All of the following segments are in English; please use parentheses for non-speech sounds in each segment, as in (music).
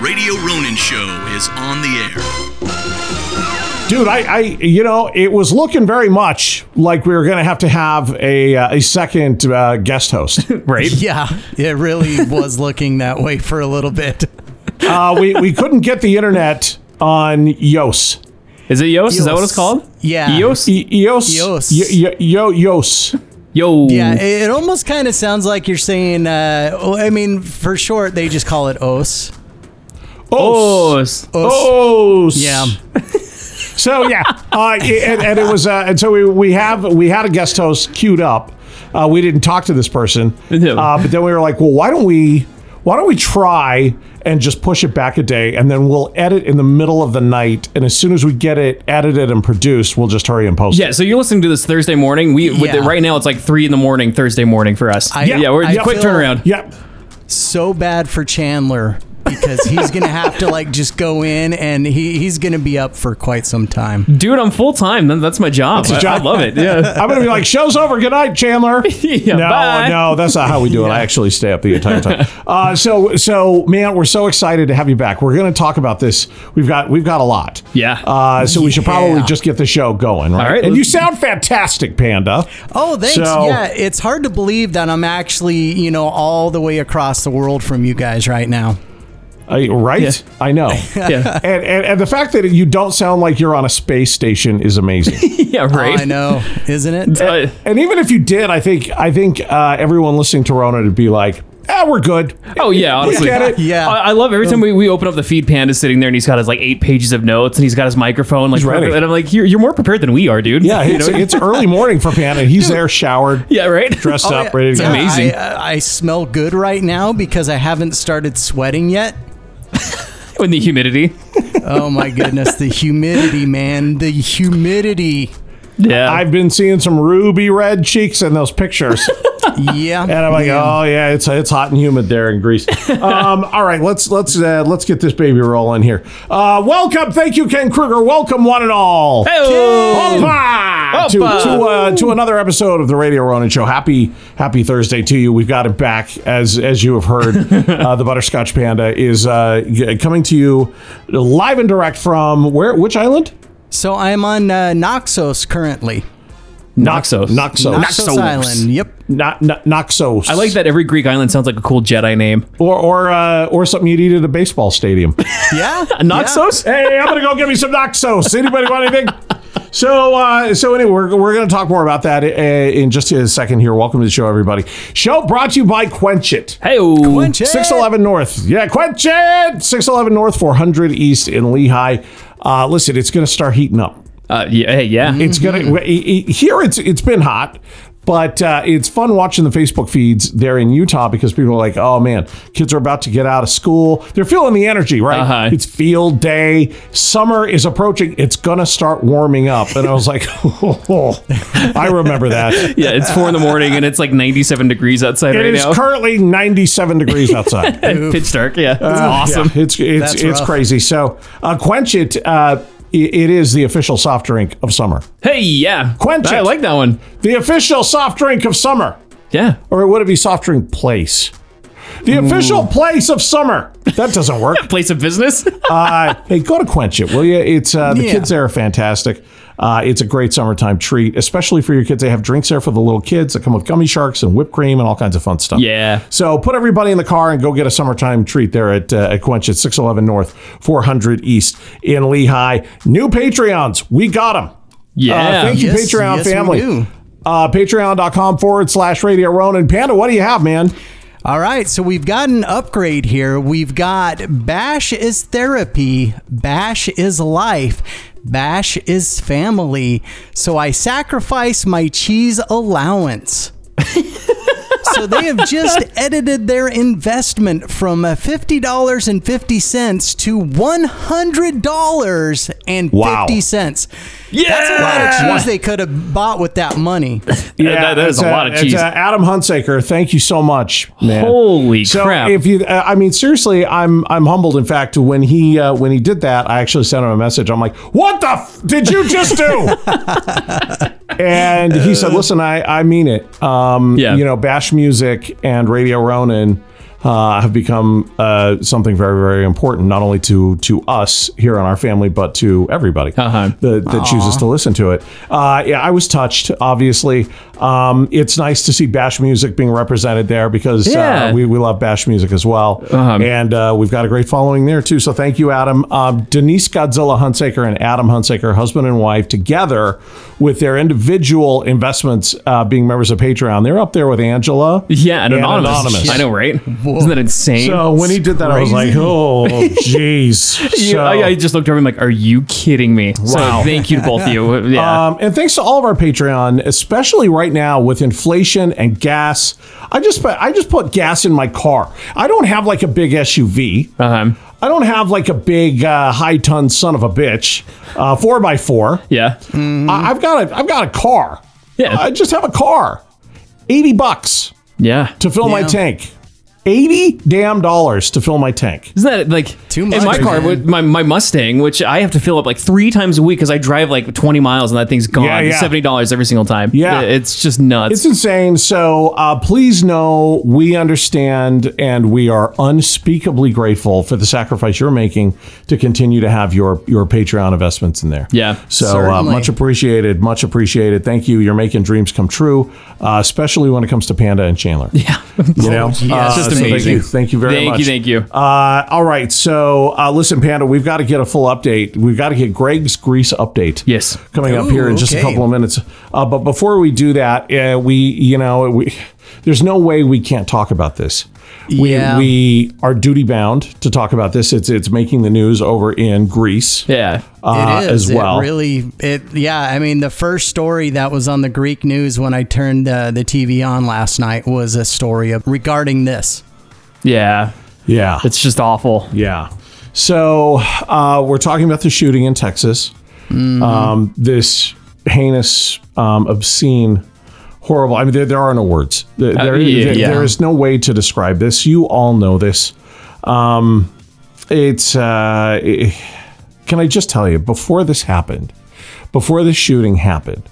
Radio Ronin show is on the air. Dude, I, I, you know, it was looking very much like we were going to have to have a uh, a second uh, guest host. Right? Yeah, it really was looking that way for a little bit. Uh, we we couldn't get the internet on Yos. Is it Yoast? Is that what it's Yoast. called? Yeah. Yoast? E- Eos. Yos. Y- y- yo Yos. Yo. Yeah, it, it almost kind of sounds like you're saying. Uh, oh, I mean, for short, they just call it OS. Os. Yoast. Oh. Os. Yeah, So yeah, uh, and, and it was, uh, and so we, we have we had a guest host queued up. Uh, we didn't talk to this person, No. uh, but then we were like, well, why don't we, why don't we try and just push it back a day, and then we'll edit in the middle of the night, and as soon as we get it edited and produced, we'll just hurry and post. Yeah, so you're listening to this Thursday morning. We with Yeah. it, right now it's like three in the morning Thursday morning for us. I- yeah, yeah, we're I quick feel- turnaround. it. Yep. so bad for Chandler because he's gonna have to like just go in and he, he's gonna be up for quite some time. Dude, I'm full time. That- That's my job. I- job. I, love it. (laughs) Yeah. I'm gonna be like, show's over. Good night, Chandler. (laughs) Yeah, no, bye. no, that's not how we do it. I actually stay up the entire (laughs) time. Uh, so, so man, we're so excited to have you back. We're gonna talk about this. We've got we've got a lot. Yeah. Uh, so we should probably Yeah. just get the show going, right? All right, and you let's- sound fantastic, Panda. Oh, thanks. So- yeah, it's hard to believe that I'm actually you know all the way across the world from you guys right now. Uh, right? I know. (laughs) yeah. And, and and the fact that you don't sound like you're on a space station is (laughs) amazing. Yeah, right. Oh, I know, (laughs) isn't it? Uh, and even if you did, I think I think uh, everyone listening to Rona would be like, "Ah, we're good." oh yeah, honestly. get it. Yeah. I, I love every time we, we open up the feed panda's sitting there and he's got his like eight pages of notes and he's got his microphone like He's ready. and I'm like, you're, you're more prepared than we are, dude. Yeah, you it's, know? it's early morning for Panda. (laughs) He's there, showered, yeah, right. (laughs) dressed Oh, up, yeah. ready to Yeah, go. Amazing. I, uh, I smell good right now because I haven't started sweating yet. In the humidity. Oh my goodness, the humidity, man, the humidity. Yeah. I've been seeing some ruby red cheeks in those pictures, Yeah. and I'm (laughs) like, oh yeah, it's it's hot and humid there in Greece. Um, all right, let's let's uh, let's get this baby rolling here. Uh, welcome, thank you, Ken Kruger. Welcome, one and all. Hey-o. Opa! To, Opa! to, uh, to another episode of the Radio Ronin Show. Happy Happy Thursday to you. We've got it back as as you have heard. (laughs) uh, the Butterscotch Panda is uh, g- coming to you live and direct from where? Which island? So I'm on uh, Naxos currently. Naxos. Naxos. Naxos, Island. Yep. Not, not Naxos. I like that every Greek island sounds like a cool Jedi name. Or or uh, or something you'd eat at a baseball stadium. Yeah. (laughs) Naxos? hey, I'm gonna go get me some Naxos. Anybody want anything? So, uh, so anyway, we're, we're going to talk more about that uh, in just a second here. Welcome to the show, everybody. Show brought to you by Quench It. Hey, oh. Quench it. 611 North. Yeah, quench it. 611 North, 400 East in Lehigh. Uh, listen, it's going to start heating up. Uh, yeah, hey, yeah. It's going to, here it's it's been hot. But uh, it's fun watching the Facebook feeds there in Utah because people are like, oh man, kids are about to get out of school. They're feeling the energy, right? Uh-huh. It's field day. Summer is approaching. It's going to start warming up. And I was like, (laughs) oh, I remember that. (laughs) yeah, it's four in the morning and it's like 97 degrees outside It right is now. currently 97 degrees outside. (laughs) Pitch dark. Yeah, it's awesome. Uh, Yeah, it's it's That's it's rough. crazy. So uh, quench it. Uh, i- it is the official soft drink of summer. Hey, yeah. Quench I it. like that one. The official soft drink of summer, Yeah. or would it be soft drink place? The official place of summer. That doesn't (laughs) work. Place of business. (laughs) uh, hey, go to Quench It, will you? It's uh, the Yeah. kids there are fantastic. Uh, it's a great summertime treat, especially for your kids. They have drinks there for the little kids that come with gummy sharks and whipped cream and all kinds of fun stuff. Yeah. So put everybody in the car and go get a summertime treat there at, uh, at Quench It, 611 North, 400 East in Lehigh. New Patreons, we got them. yeah. thank you, Yes, Patreon yes, we family. do. Uh, Patreon.com forward slash Radio Ronin. Panda, what do you have, man? All right, so we've got an upgrade here. We've got Bash is therapy, Bash is life, Bash is family. So I sacrifice my cheese allowance. so they have just edited their investment from uh, $50.50 to $100.50. Wow. Yeah. That's a lot of cheese they could have bought with that money. Yeah, that- that is it's, a lot of it's, cheese. uh, Adam Hunsaker, thank you so much, man. Holy so crap. If you, uh, I mean, seriously, I'm I'm humbled. In fact, when he uh, when he did that, I actually sent him a message. I'm like, "What the f- did you just (laughs) do?" and he said, "Listen, I I mean it. Um, Uh, Yeah. you know, Bash Music and Radio Ronin." uh, have become uh, something very, very important, not only to to us here on our family, but to everybody Uh-huh. that, that chooses to listen to it. Uh, yeah, I was touched. Obviously, um, it's nice to see Bash music being represented there because Yeah. Uh-huh. uh, we we love Bash music as well, and uh, we've got a great following there too. So thank you, Adam. Um, Denise Godzilla Hunsaker and Adam Hunsaker, husband and wife, together with their individual investments uh, being members of Patreon, they're up there with Angela. Yeah, and and anonymous. Anonymous. I know, right? Isn't that insane? So when he did that, I was like, (laughs) "Oh, jeez." You- So- I, I just looked over him like, "Are you kidding me?" Wow. So thank you to both (laughs) of you. Yeah, Um, and thanks to all of our Patreon, especially right now with inflation and gas. I just put, I just put gas in my car. I don't have like a big SUV. Um, I don't have like a big uh, high ton son of a bitch uh, four by four. yeah. I, I've got a I've got a car. Yeah. I just have a car. Eighty bucks Yeah. to fill my Yeah. tank. Eighty damn dollars to fill my tank. Isn't that like Too In much, my car, man. with my, my Mustang, which I have to fill up like three times a week because I drive like 20 miles and that thing's gone. Yeah, yeah. Seventy dollars every single time. Yeah. it's just nuts. It's insane. So uh, please know we understand and we are unspeakably grateful for the sacrifice you're making to continue to have your your Patreon investments in there. Yeah, So uh, certainly. much appreciated. Much appreciated. Thank you. You're making dreams come true, uh, especially when it comes to Panda and Chandler. yeah, You know, yeah, it's Uh, just so amazing. thank you, thank you very Thank much. you, thank you. Uh, all right, so uh, listen, Panda, we've got to get a full update. We've got to get Greg's grease update. Yes. coming up Ooh, here in just a okay. couple of minutes. Uh, but before we do that, uh, we you know we, there's no way we can't talk about this. We Yeah. we are duty bound to talk about this. It's it's making the news over in Greece (laughs) yeah. uh, it is as well. It really, it yeah. I mean, the first story that was on the Greek news when I turned the, the TV on last night was a story of, regarding this. yeah. yeah, It's just awful. Yeah. So uh, we're talking about the shooting in Texas. Mm-hmm. Um, this heinous, um, obscene, horrible. I mean, there, there are no words. There, there- Uh, yeah, there- yeah. there is no way to describe this. You all know this. Um, it's. Uh, eh, can I just tell you, before this happened, before this shooting happened,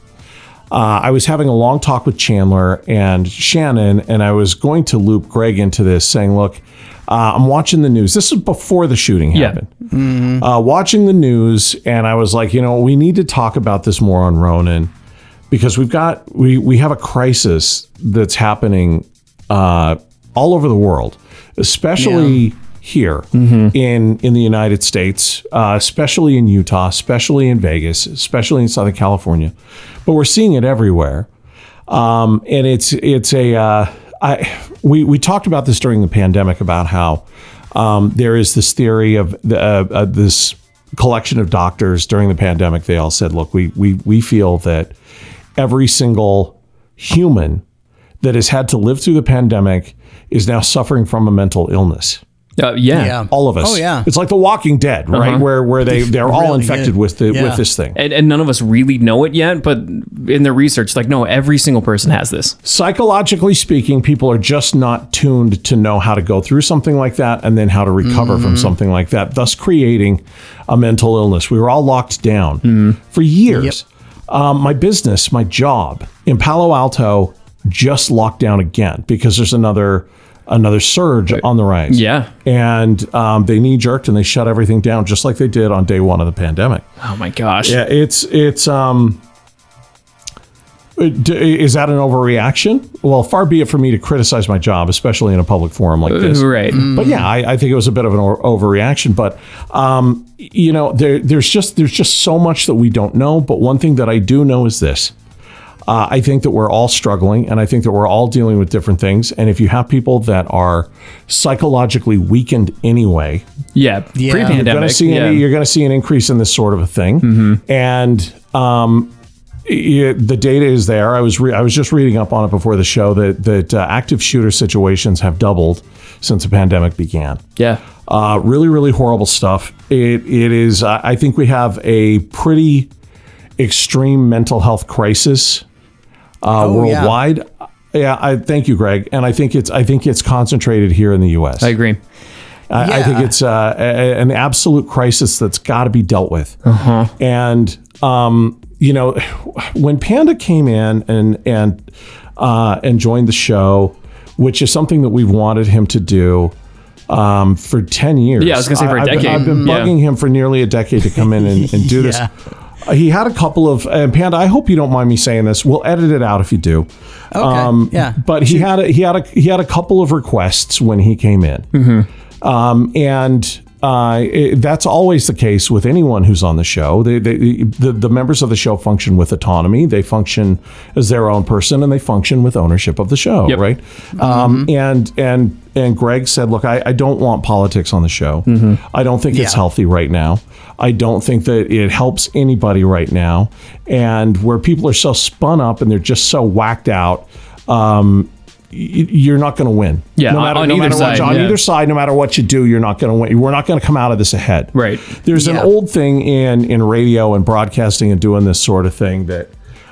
uh, I was having a long talk with Chandler and Shannon, and I was going to loop Greg into this, saying, "Look, uh, I'm watching the news. This is before the shooting Yeah. happened. Uh, watching the news, and I was like, you know, we need to talk about this more on Ronan because we've got we we have a crisis that's happening uh, all over the world, especially." Here in in the United States, uh, especially in Utah, especially in Vegas, especially in Southern California, but we're seeing it everywhere um, and it's it's a uh, I we we talked about this during the pandemic about how um, there is this theory of the, uh, uh, this collection of doctors during the pandemic. They all said, "Look, we we we feel that every single human that has had to live through the pandemic is now suffering from a mental illness." Uh, yeah. Yeah. All of us. Oh, yeah. It's like The Walking Dead, right? Uh-huh. Where where they they're all Really infected good. with the Yeah. with this thing. And, and none of us really know it yet, but in the research, like, no, every single person has this. psychologically speaking, people are just not tuned to know how to go through something like that and then how to recover from something like that, thus creating a mental illness. We were all locked down for years. Um, my business, my job in Palo Alto, just locked down again because there's another another surge on the rise. Yeah. and um, they knee jerked and they shut everything down just like they did on day one of the pandemic. Oh my gosh. Yeah, it's it's um. it- d- Is that an overreaction? Well, far be it for me to criticize my job, especially in a public forum like this. Right. Mm. But yeah, I, I think it was a bit of an o- overreaction. But um, y- you know, there, there's just there's just so much that we don't know. But one thing that I do know is this: uh, I think that we're all struggling, and I think that we're all dealing with different things. And if you have people that are psychologically weakened anyway, Yeah. Yeah. Pre-pandemic. you're going to see yeah. Mm-hmm. any, you're going to see an increase in this sort of a thing, and um, y- the data is there. I was re- I was just reading up on it before the show that that uh, active shooter situations have doubled since the pandemic began. yeah. Uh, really, really horrible stuff. It it is. I I think we have a pretty extreme mental health crisis uh, yeah. worldwide. Yeah. I thank you, Greg, and I think it's I think it's concentrated here in the U.S. I agree. I, I think Yeah. it's uh, a- a- an absolute crisis that's got to be dealt with. Uh-huh. And um, you know, when Panda came in and and uh, and joined the show, which is something that we've wanted him to do um, for 10 years. Yeah, I was gonna say for a I've been- decade. I've been, Yeah. bugging him for nearly a decade to come in and, and do (laughs) this. Yeah. Uh, He had a couple of, and Panda, I hope you don't mind me saying this. We'll edit it out if you do. Okay. Um, yeah. But he had a, he had a he had a couple of requests when he came in, um, and uh, it- that's always the case with anyone who's on the show. They, they, the the members of the show function with autonomy. They function as their own person, and they function with ownership of the show, Yep. right? Um, and and and Greg said, "Look, I, I don't want politics on the show. I don't think it's Yeah. healthy." healthy right now. I don't think that it helps anybody right now. And where people are so spun up and they're just so whacked out, um, y- you're not going to win. Yeah, no on- matter, on no either matter side, what, on yeah. either side, no matter what you do, you're not going to win. We're not going to come out of this ahead. Right. There's an Yeah. old thing in in radio and broadcasting and doing this sort of thing that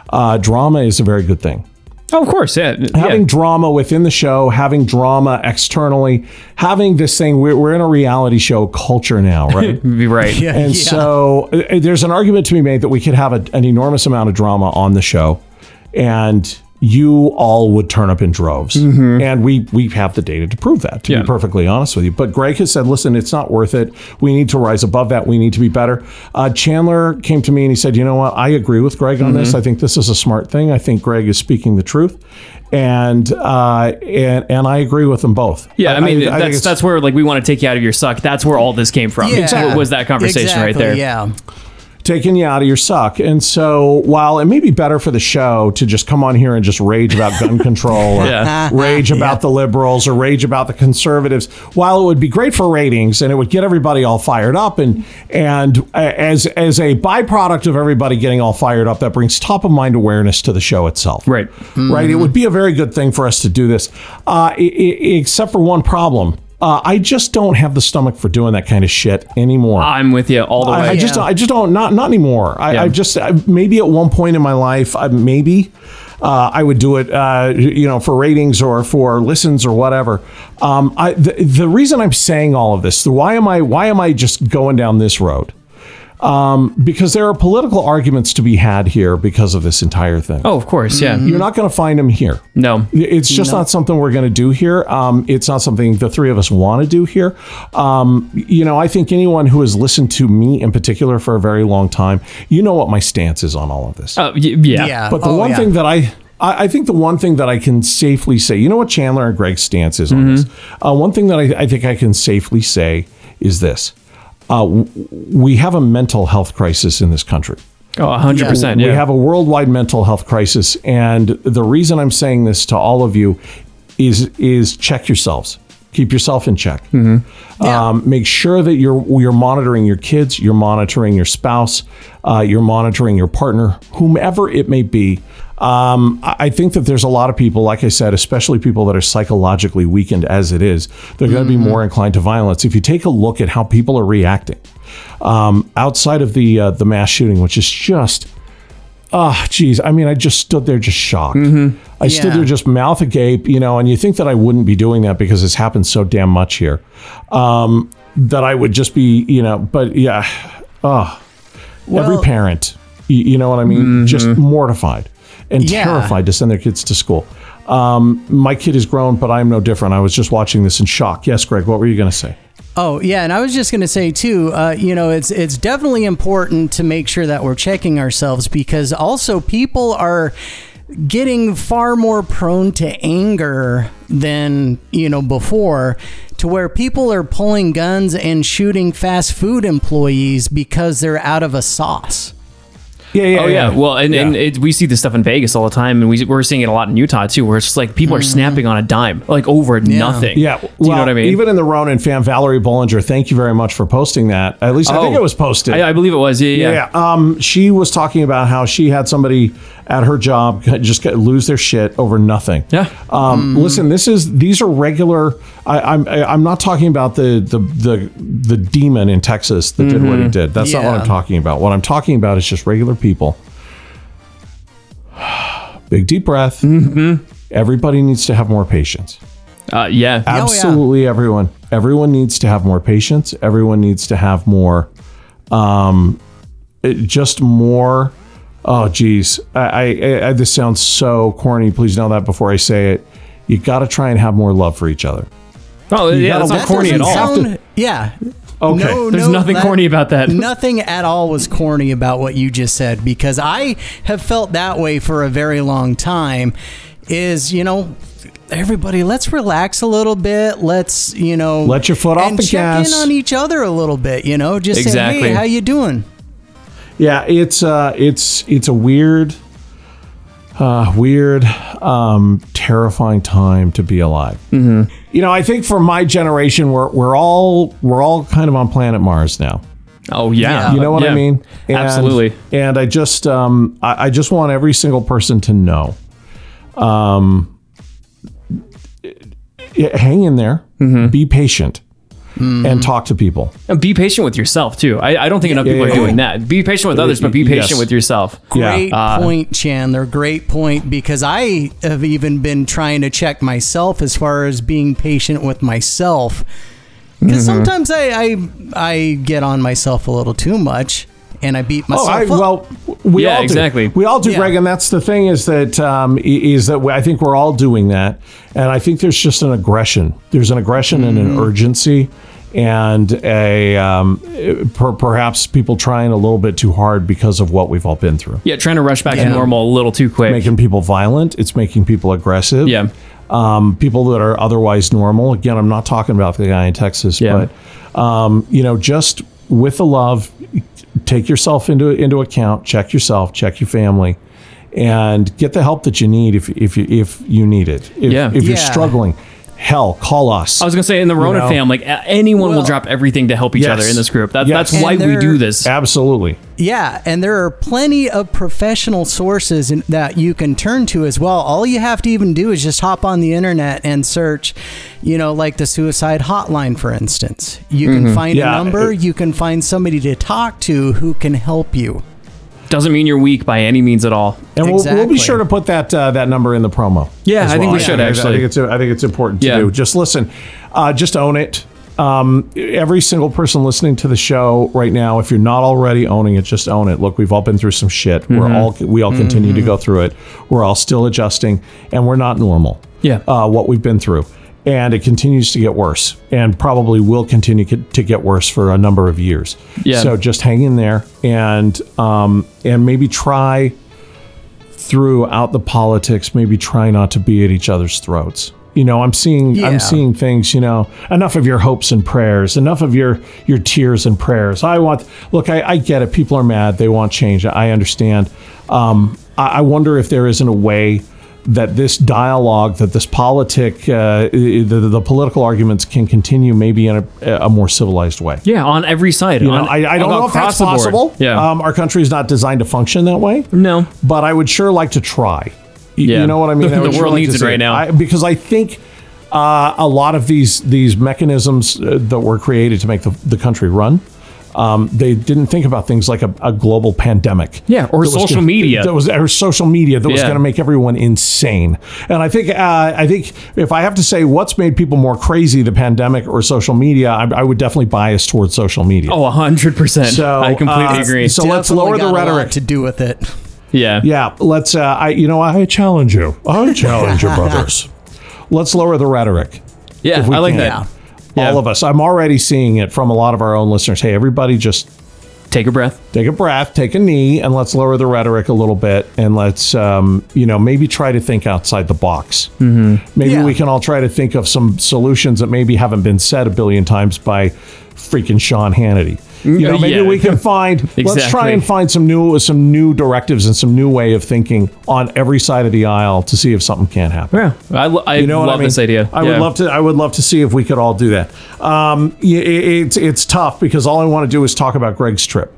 uh, drama is a very good thing Oh, of course, yeah. having yeah. drama within the show, having drama externally, having this thing. We're, we're in a reality show culture now, (laughs) right? You'd be right. (laughs) Yeah. And so uh, there's an argument to be made that we could have a, an enormous amount of drama on the show, and you all would turn up in droves. And we we have the data to prove that. To Mm-hmm. Yeah. be perfectly honest with you, but Greg has said, listen, it's not worth it. We need to rise above that. We need to be better. Uh, Chandler came to me and he said, you know what? I agree with Greg on Mm-hmm. this. I think this is a smart thing. I think Greg is speaking the truth, and uh, and and I agree with them both. Yeah, I, mean think that's it's- that's where like we want to take you out of your suck. That's where all this came from. Yeah. Exactly. Was that conversation right Exactly, there? Yeah. taking you out of your suck. And so while it may be better for the show to just come on here and just rage about gun (laughs) control or Yeah. rage about the liberals or rage about the conservatives, while it would be great for ratings and it would get everybody all fired up and and uh, as as a byproduct of everybody getting all fired up that brings top of mind awareness to the show itself Right. right? It would be a very good thing for us to do this, uh, e- e- except for one problem. Uh, I just don't have the stomach for doing that kind of shit anymore. I'm with you all the way. I, I just I just don't not not anymore. I, Yeah. I just I, maybe at one point in my life I, maybe uh, I would do it uh, you know for ratings or for listens or whatever. Um, I the, the reason I'm saying all of this, the why am I why am I just going down this road? Um, because there are political arguments to be had here because of this entire thing. oh, of course, yeah. You're not going to find them here. No. It's just not something we're going to do here. Um, it's not something the three of us want to do here. Um, you know, I think anyone who has listened to me in particular for a very long time, you know what my stance is on all of this. Uh, y- yeah. Yeah. but the Oh, one yeah. thing that I, I, I think the one thing that I can safely say, you know what Chandler and Greg's stance is on this. Uh, one thing that I, I think I can safely say is this: uh, w- we have a mental health crisis in this country. Oh, 100%. Yeah. We have a worldwide mental health crisis, and the reason I'm saying this to all of you is is check yourselves, keep yourself in check. Um, make sure that you're you're monitoring your kids, you're monitoring your spouse, uh, you're monitoring your partner, whomever it may be. Um, I I think that there's a lot of people, like I said, especially people that are psychologically weakened as it is, they're going to be more inclined to violence. If you take a look at how people are reacting um, outside of the uh, the mass shooting, which is just ah, geez. I mean, I just stood there just shocked. Mm-hmm. I stood Yeah. there just mouth agape, you know, and you think that I wouldn't be doing that because it's happened so damn much here. Um, that I would just be, you know, but yeah, oh, every parent, you, you know what I mean? Mm-hmm. Just mortified and Yeah. terrified to send their kids to school. Um, my kid is grown, but I'm no different. I was just watching this in shock. Yes, Greg, what were you going to say? Oh yeah, and I was just going to say too. Uh, you know, it's it's definitely important to make sure that we're checking ourselves because also people are getting far more prone to anger than you know before to where people are pulling guns and shooting fast food employees because they're out of a sauce. Yeah, yeah, Oh yeah, well, and, and it, we see this stuff in Vegas all the time, and we, we're seeing it a lot in Utah too, where it's just like people are snapping on a dime, like over Mm-hmm. nothing. Yeah, Do you well, know what I mean? Even in the Ronin fan, Valerie Bollinger, thank you very much for posting that. At least I think Oh. it was posted. I, I believe it was. Yeah, yeah. yeah, um, she was talking about how she had somebody at her job (laughs) just get, lose their shit over nothing. Yeah. Mm. Um, Listen, this is these are regular. I, I'm I- I'm not talking about the the the the demon in Texas that did what Mm-hmm. he did. That's not what Yeah. I'm talking about. What I'm talking about is just regular people. (sighs) Big deep breath. Mm-hmm. Everybody needs to have more patience. Uh, yeah. yeah. Absolutely, everyone. Everyone needs to have more patience. Everyone needs to have more, um, it- just more. Oh, geez, I, I, I this sounds so corny. Please know that before I say it. you got to try and have more love for each other. Oh, yeah, gotta that's look not corny at doesn't all. sound- yeah. Okay. There's nothing corny (laughs) about that. Nothing at all was corny about what you just said because I have felt that way for a very long time. Is you know, everybody, let's relax a little bit. Let's you know, Let your foot off and the check gas. in on each other a little bit. You know, just say, Exactly. hey, how you doing? Yeah, it's uh, it's it's a weird, uh, weird, um, terrifying time to be alive. Mm-hmm. You know, I think for my generation, we're we're all we're all kind of on planet Mars now. Oh yeah, Yeah. You know what I Yeah. mean? And- Absolutely. And I just um, I, I just want every single person to know, um, yeah, hang in there, Mm-hmm. be patient, and talk to people. And be patient with yourself too. I, I don't think enough people yeah, are doing yeah. that. Be patient with others, but be Yes. patient with yourself. Yeah. Great Uh, point, Chandler. Great point because I have even been trying to check myself as far as being patient with myself. Mm-hmm. Because sometimes I, I I get on myself a little too much and I beat Oh, myself I, up. well, we Yeah, all do. exactly. We all do, Yeah. Greg, and that's the thing is that um, i- is that we- I think we're all doing that, and I think there's just an aggression. There's an aggression and an urgency, and a um, eh, per, perhaps people trying a little bit too hard because of what we've all been through. Yeah, trying to rush back to Yeah. normal a little too quick. Making people violent. It's making people aggressive. Yeah. Um, people that are otherwise normal. Again, I'm not talking about the guy in Texas, Yeah. but um, you know, just with the love, take yourself into into account. Check yourself. Check your family, and get the help that you need if if you if you need it. If, Yeah. If you're Yeah. struggling, hell, call us. I was gonna say in the Rona know? family, like, a- anyone will Well- drop everything to help each other Yes. in this group. That, Yes. That's why And we there- do this. Absolutely. yeah, and there are plenty of professional sources in- that you can turn to as well. All you have to even do is just hop on the internet and search, you know, like the suicide hotline, for instance. You can find Mm-hmm. Yeah, a number, it- you can find somebody to talk to who can help you. Doesn't mean you're weak by any means at all. And we'll, we'll be Exactly. sure to put that uh, that number in the promo. Yeah, as I think we should, I actually. think it's I think it's important to Yeah. do. Just listen, uh, just own it. Um, every single person listening to the show right now, if you're not already owning it, just own it. Look, we've all been through some shit. Mm-hmm. We're all we all continue to go through it. We're all still adjusting, and we're not normal. Yeah. uh, what we've been through. And it continues to get worse, and probably will continue co- to get worse for a number of years. Yeah. So just hang in there, and um, and maybe try throughout the politics maybe try not to be at each other's throats you know i'm seeing Yeah. i'm seeing things you know enough of your hopes and prayers enough of your your tears and prayers i want look i, I get it people are mad they want change i understand um, I, I wonder if there isn't a way that this dialogue that this politic uh, the, the, the political arguments can continue maybe in a, a more civilized way Yeah, on every side. you know, I, I don't know if that's possible. Yeah. Um, our country is not designed to function that way no. but I would sure like to try. Y- Yeah. You know (laughs) what I mean? The- I would the sure world like needs to it see right now. I, because I think uh, a lot of these these mechanisms uh, that were created to make the, the country run, um, they didn't think about things like a, a global pandemic. Yeah, or that was social gonna- media. That was or social media that was Yeah. going to make everyone insane. And I think uh, I think if I have to say what's made people more crazy, the pandemic or social media, I, I would definitely bias towards social media. Oh, 100%. So, I completely uh, agree. so- let's Definitely lower the got a lot rhetoric. to do with it. yeah. Yeah, let's. Uh, I, you know, I challenge you. I challenge you, brothers. Let's lower the rhetoric. Yeah. if we I like can. that. All Yeah. of us. I'm already seeing it from a lot of our own listeners. Hey, everybody, just Take a breath. take a breath, take a knee, and let's lower the rhetoric a little bit, and let's, um, you know, maybe try to think outside the box. Mm-hmm. Maybe Yeah. we can all try to think of some solutions that maybe haven't been said a billion times by freaking Sean Hannity. You know, maybe yeah. we can (laughs) find. Let's try Exactly. and find some new, some new directives and some new way of thinking on every side of the aisle to see if something can happen. Yeah. I, lo- I You know love what I mean? this idea. I Yeah. would love to. I would love to see if we could all do that. Um, y- it, it's it's tough because all I want to do is talk about Greg's trip.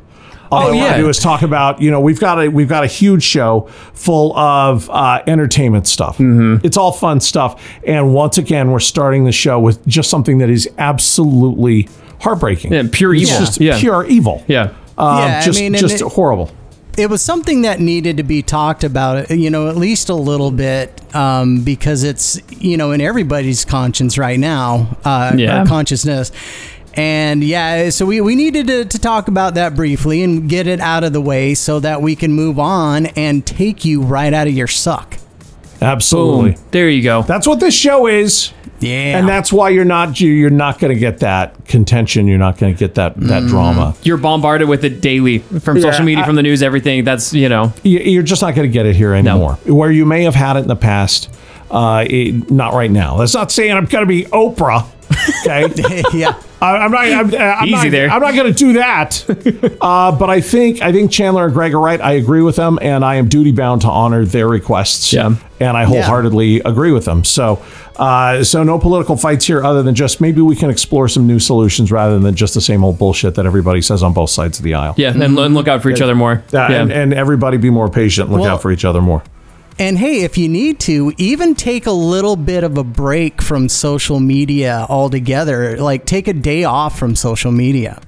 All I Oh, want yeah. to do is talk about you know we've got a we've got a huge show full of uh, entertainment stuff. Mm-hmm. It's all fun stuff, and once again we're starting the show with just something that is absolutely heartbreaking. Yeah, pure It's evil. just Yeah. pure evil. Yeah. Um, Yeah, I just mean, and just it- horrible. it was something that needed to be talked about, you know, at least a little bit, um, because it's you know in everybody's conscience right now, uh, Yeah. or consciousness, and yeah, so we we needed to, to talk about that briefly and get it out of the way so that we can move on and take you right out of your suck. (laughs) Absolutely. Boom. There you go. That's what this show is. Yeah. And that's why you're not you- you're not going to get that contention. You're not going to get that Mm. that drama. You're bombarded with it daily from social media, from the news, everything. That's you know. You- You're just not going to get it here anymore. Where you may have had it in the past, uh, it, not right now. That's not saying I'm going to be Oprah. Okay, (laughs) yeah. I, I'm not. I'm, uh, I'm Easy not, there. I'm not going to do that. (laughs) uh, but I think I think Chandler and Greg are right. I agree with them, and I am duty bound to honor their requests. Yeah. and I wholeheartedly agree with them. So, uh, so no political fights here, other than just maybe we can explore some new solutions rather than just the same old bullshit that everybody says on both sides of the aisle. Yeah, and, and look out for each other more. Uh, yeah. and, and everybody be more patient. Look Well- out for each other more. And hey, if you need to, even take a little bit of a break from social media altogether. Like take a day off from social media.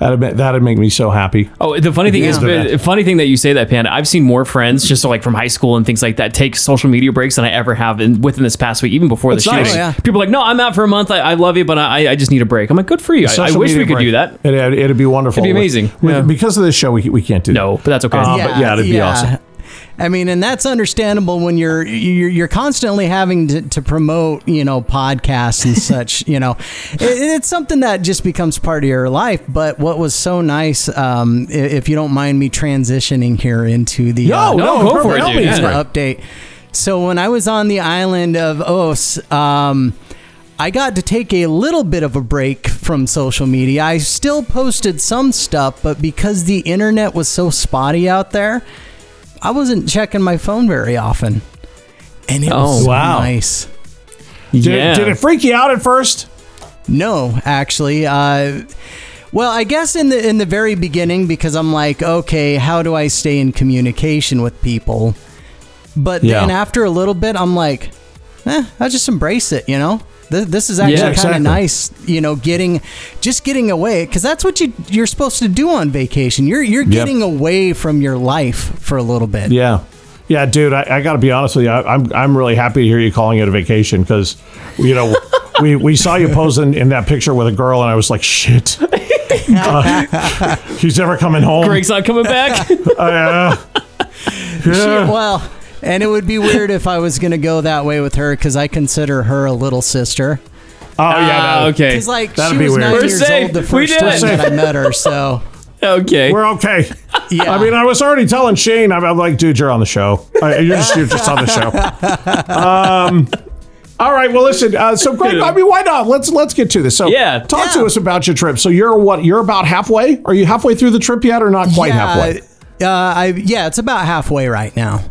That'd, ma- that'd make me so happy. Oh, the funny thing is, Yeah. the funny thing that you say that, Panda. I've seen more friends just like from high school and things like that take social media breaks than I ever have in, within this past week, even before the That's shooting. nice. Oh, yeah. People are like, no, I'm out for a month. I, I love you, but I, I just need a break. I'm like, good for you. I, I Social wish we media could break. do that. (laughs) It, would be wonderful. It'd be With- amazing. with- Yeah. Because of this show, we, we can't do No, that. but that's okay. Uh, but yeah, that'd be awesome. I mean, and that's understandable when you're you're, you're constantly having to, to promote, you know, (laughs) podcasts and such. You know, it, it's something that just becomes part of your life. But what was so nice, um, i- if you don't mind me transitioning here into the uh, No, No, no, perfect. go for it, Help dude. me. Yeah. It's an great. update. So when I was on the island of Os, um, I got to take a little bit of a break from social media. I still posted some stuff, but because the internet was so spotty out there, I wasn't checking my phone very often. And it was Oh, wow. nice. Did, yeah. did it freak you out at first? No, actually. Uh, well, I guess in the in the very beginning, because I'm like, okay, how do I stay in communication with people? But Yeah. then after a little bit, I'm like, eh, I just embrace it, you know. Th- This is actually Yeah, kind of exactly. nice, you know, getting just getting away because that's what you you're supposed to do on vacation. You're you're getting away from your life for a little bit. Yeah. Yeah, dude, I, I got to be honest with you. I, I'm I'm really happy to hear you calling it a vacation because, you know, we, we saw you posing in that picture with a girl, and I was like, (laughs) shit. Uh, he's never coming home. Greg's not (laughs) coming back. (laughs) Uh, She- yeah. well, and it would be weird if I was going to go that way with her because I consider her a little sister. Oh, yeah. Ah, no. okay. Because like That'd she be was weird. nine We're years safe. old the We first did time it. that I met her, so Okay. We're okay. yeah. I mean, I was already telling Shane, I'm, I'm like, dude, you're on the show. Uh, you're, just, you're just on the show. Um, all right. Well, listen. Uh, so, Greg, I mean, why not? Let's let's get to this. So, Yeah. talk Yeah. to us about your trip. So, you're what? You're about halfway. Are you halfway through the trip yet, or not (laughs) quite halfway? Uh, I yeah, it's about halfway right now.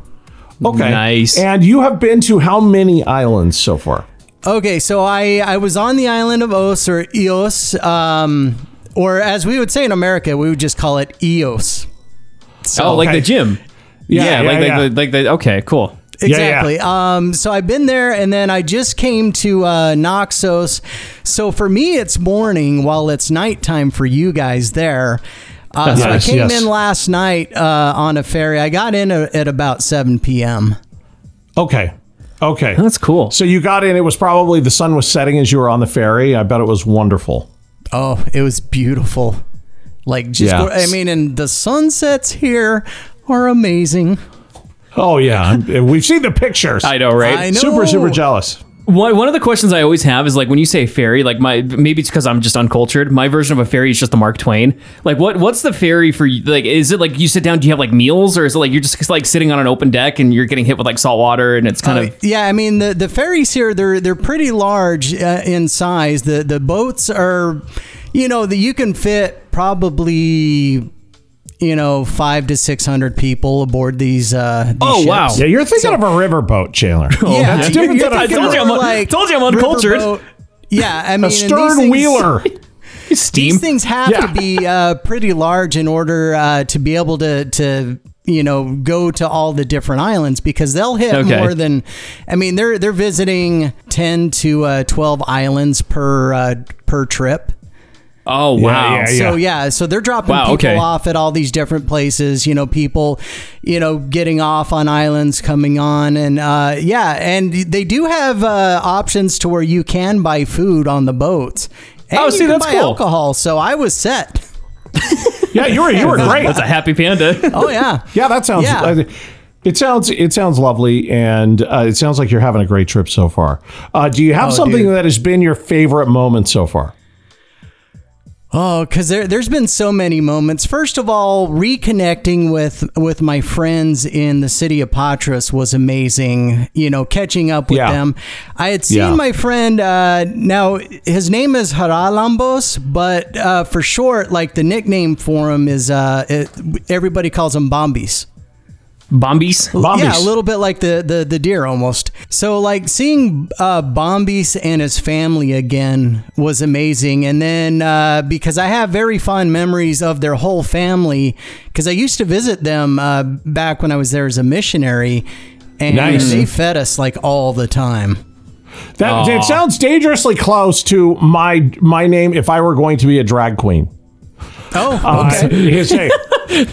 Okay. Nice. And you have been to how many islands so far? Okay, so I I was on the island of Os or Eos, um, or as we would say in America, we would just call it Eos. oh, like okay. the gym. Yeah, like yeah. like the like the okay, cool. Yeah, yeah. Exactly. Um, so I've been there, and then I just came to uh, Naxos. So for me, it's morning, while it's nighttime for you guys there. Uh, That's so nice, I came yes. in last night uh, on a ferry. I got in a, at about 7 p.m. Okay. Okay. That's cool. So you got in. It was probably the sun was setting as you were on the ferry. I bet it was wonderful. Oh, it was beautiful. Like just, Yeah. go- I mean, and the sunsets here are amazing. Oh yeah, I'm- (laughs) we've seen the pictures. I know, right? I know. Super super jealous. One, one of the questions I always have is like when you say ferry, like my maybe it's because I'm just uncultured. My version of a ferry is just the Mark Twain. Like what what's the ferry for? you? Like is it like you sit down? Do you have like meals or is it like you're just like sitting on an open deck and you're getting hit with like salt water and it's kind Uh, of yeah, I mean the the ferries here they're they're pretty large uh, in size. The the boats are, you know, that you can fit probably, you know, five to six hundred people aboard these. Uh, these Oh, wow. Yeah, you're thinking of a riverboat, (laughs) Chandler. Yeah, Oh, that's you're- different Oh, you're than a thinking told you more I'm- told you I'm uncultured. riverboat. Yeah, I mean, a and these stern things- (laughs) wheeler. steam. These things have Yeah. to be uh, pretty large in order uh, to be able to to you know go to all the different islands because they'll hit Okay. more than I mean they're they're visiting ten to uh, twelve islands per uh, per trip. oh wow. yeah, So yeah, so they're dropping Wow, people okay. off at all these different places. You know, people, you know, getting off on islands, coming on, and uh, yeah, and they do have uh, options to where you can buy food on the boats. And Oh, you see, can that's buy cool. alcohol. So I was set. Yeah, you were you were great. (laughs) That's a happy panda. Oh yeah. Yeah, that sounds. Yeah. uh, It sounds it sounds lovely, and uh, it sounds like you're having a great trip so far. Uh, do you have something Oh, dude. that has been your favorite moment so far? Oh, because there, there's been so many moments. First of all, reconnecting with with my friends in the city of Patras was amazing. You know, catching up with Yeah. them. I had seen Yeah. my friend. Uh, now his name is Haralambos, but uh, for short, like the nickname for him is uh, it, everybody calls him Bombis. Bombies. Bombis. Yeah, a little bit like the the, the deer almost. So like seeing uh, Bombis and his family again was amazing. And then uh, because I have very fond memories of their whole family, because I used to visit them uh, back when I was there as a missionary, and Nice. they fed us like all the time. That it sounds dangerously close to my my name if I were going to be a drag queen. Oh, Uh, his (laughs) name.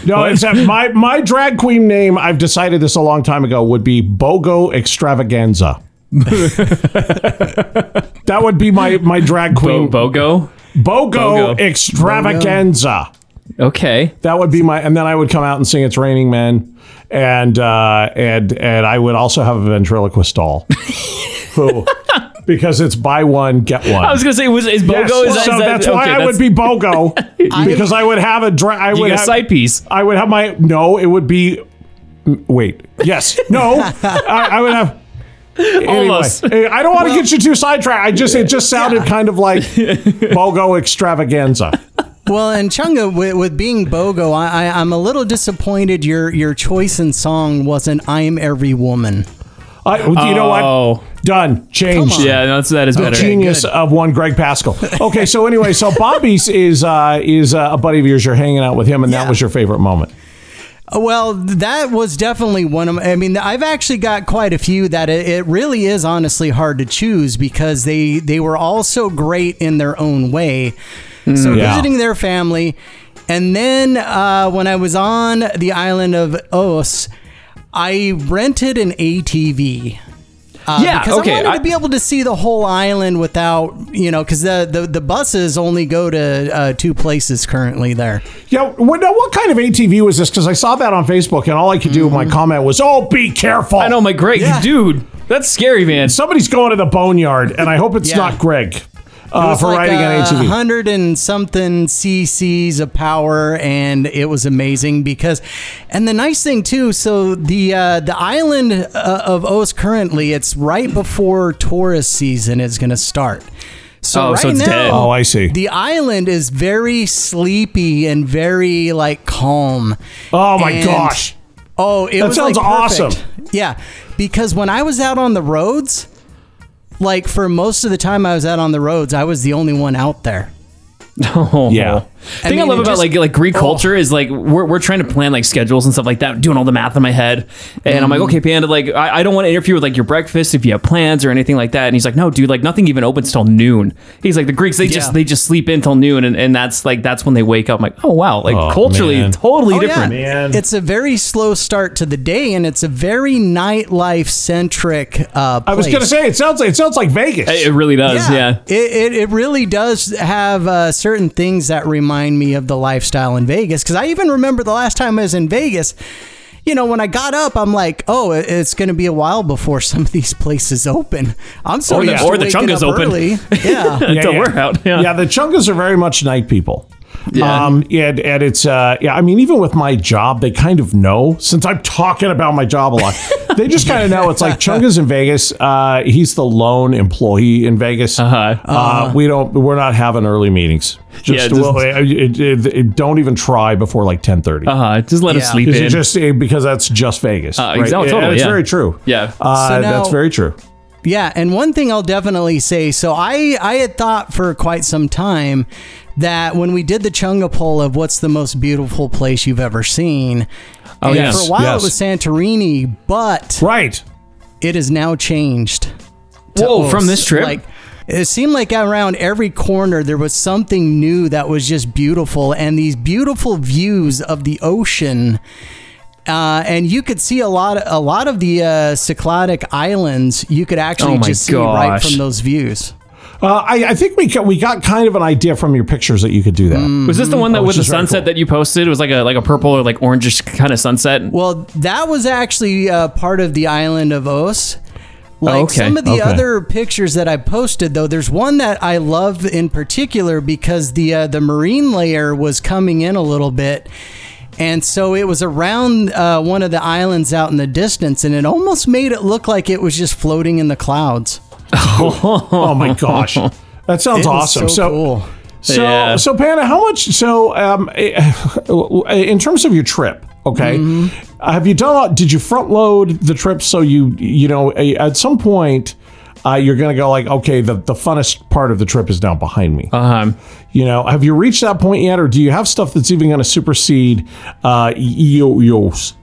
No, except my my drag queen name. I've decided this a long time ago would be Bogo Extravaganza. (laughs) that would be my my drag Bo- queen Bogo. Bogo Bogo. Extravaganza. Okay. That would be my, and then I would come out and sing "It's Raining Men," and uh, and and I would also have a ventriloquist (laughs) doll, who because it's buy one get one. I was gonna say, was is Bogo? Yes, is that, so is that- that's okay, why I that's- would be (laughs) Bogo because I would have a dra- I You would get a have, side piece. I would have my no. It would be m- wait. Yes. No. I, I would (laughs) have. anyway, Almost. eh, I don't want to get you too sidetracked. I just it just sounded kind of (laughs) like Bogo Extravaganza. Well, and Chunga, with, with being Bogo, I, I, I'm a little disappointed your your choice in song wasn't "I'm Every Woman." I, you know what? Oh, Done. Changed. yeah, that's that is better. genius of one Greg Pascal. Okay, so anyway, (laughs) so Bobby's is uh, is uh, a buddy of yours. You're hanging out with him, and that Yeah. was your favorite moment. Well, that was definitely one of. I mean, I've actually got quite a few that it, it really is honestly hard to choose because they they were all so great in their own way. Mm, so yeah. visiting their family, and then uh, when I was on the island of Os, I rented an ATV. Uh, Yeah, because okay, I wanted I- to be able to see the whole island without, you know, because the, the the buses only go to uh, two places currently there. Yeah, what, now what kind of ATV was this? Because I saw that on Facebook, and all I could do, my comment was, "Oh, be careful!" Mm-hmm. I know my great Yeah. dude. That's scary, man. somebody's going to the boneyard, and I hope it's Yeah. not Greg uh, was for riding a an ATV. hundred and something cc's of power, and it was amazing because, and the nice thing too. So the uh, the island uh, of Os currently, it's right before tourist season is going to start. So Oh, right so it's now, dead. Oh, I see. the island is very sleepy and very like calm. oh my And- gosh! Oh, it That was sounds like, perfect. awesome. Yeah, because when I was out on the roads, like for most of the time I was out on the roads, I was the only one out there. Oh. Yeah. thing I, mean, love it about just- Oh. like like Greek culture is like we're, we're trying to plan like schedules and stuff like that, doing all the math in my head, and I'm like, Mm. okay, Panda, like I, I don't want to interfere with like your breakfast if you have plans or anything like that. And he's like, no, dude, like nothing even opens till noon. He's like, the Greeks they just Yeah. they just sleep in till noon, and, and that's like that's when they wake up. I'm like, oh wow, like Oh, culturally man. totally Oh, different. yeah. Man. It's a very slow start to the day, and it's a very nightlife centric uh, place. I was gonna say it sounds like it sounds like Vegas. It really does, yeah. It, it, it really does have uh, certain things that remind me of the lifestyle in Vegas. Because I even remember the last time I was in Vegas, you know, when I got up, I'm like, oh, it- it's going to be a while before (laughs) some of these places open. I'm so Or the- used Oh, or to the waking Chunga's up open. (laughs) Early. Yeah. Until we're out, yeah. the Chungas are very much night people. Yeah. Um, and, and it's, uh, yeah, I mean, even with my job, they kind of know, since I'm talking about my job a (laughs) lot, they just kind of know it's like Chunga's in Vegas. Uh, he's the lone employee in Vegas. Uh-huh. we don't, we're not having early meetings. Just, just- well, it- it- it- don't even try before like 1030. Uh, just let us Yeah. sleep Because in. you just eh, because that's just Vegas. Uh, exa- And totally, it's yeah. very true. Yeah. Uh, So now- that's very true. Yeah, and one thing I'll definitely say, so I I had thought for quite some time that when we did the Chunga poll of what's the most beautiful place you've ever seen, oh yes, for a while yes. it was Santorini, but Right. it has now changed. to Whoa, Os. from this trip? Like it seemed like around every corner there was something new that was just beautiful and these beautiful views of the ocean. Uh, and you could see a lot a lot of the uh, Cycladic islands you could actually Oh my just see right gosh. from those views. Uh, I, I think we got, we got kind of an idea from your pictures that you could do that. Mm. Was this the one that which with the is very sunset cool. that you posted? It was like a like a purple or like orangish kind of sunset. Well, that was actually uh, part of the island of Os. Like okay, some of the okay. other pictures that I posted, though, there's one that I love in particular because the uh, the marine layer was coming in a little bit, and so it was around uh, one of the islands out in the distance, and it almost made it look like it was just floating in the clouds. (laughs) Oh my gosh, that sounds It was awesome. so cool. So, Yeah. so Panda, how much? So, um, (laughs) in terms of your trip, okay, Mm-hmm. have you done? Did you front load the trip so you you know eh, at some point uh, you're gonna go like, okay, the the funnest part of the trip is now behind me. Um, you know, have you reached that point yet, or do you have stuff that's even gonna supersede uh, yo (laughs) yo's?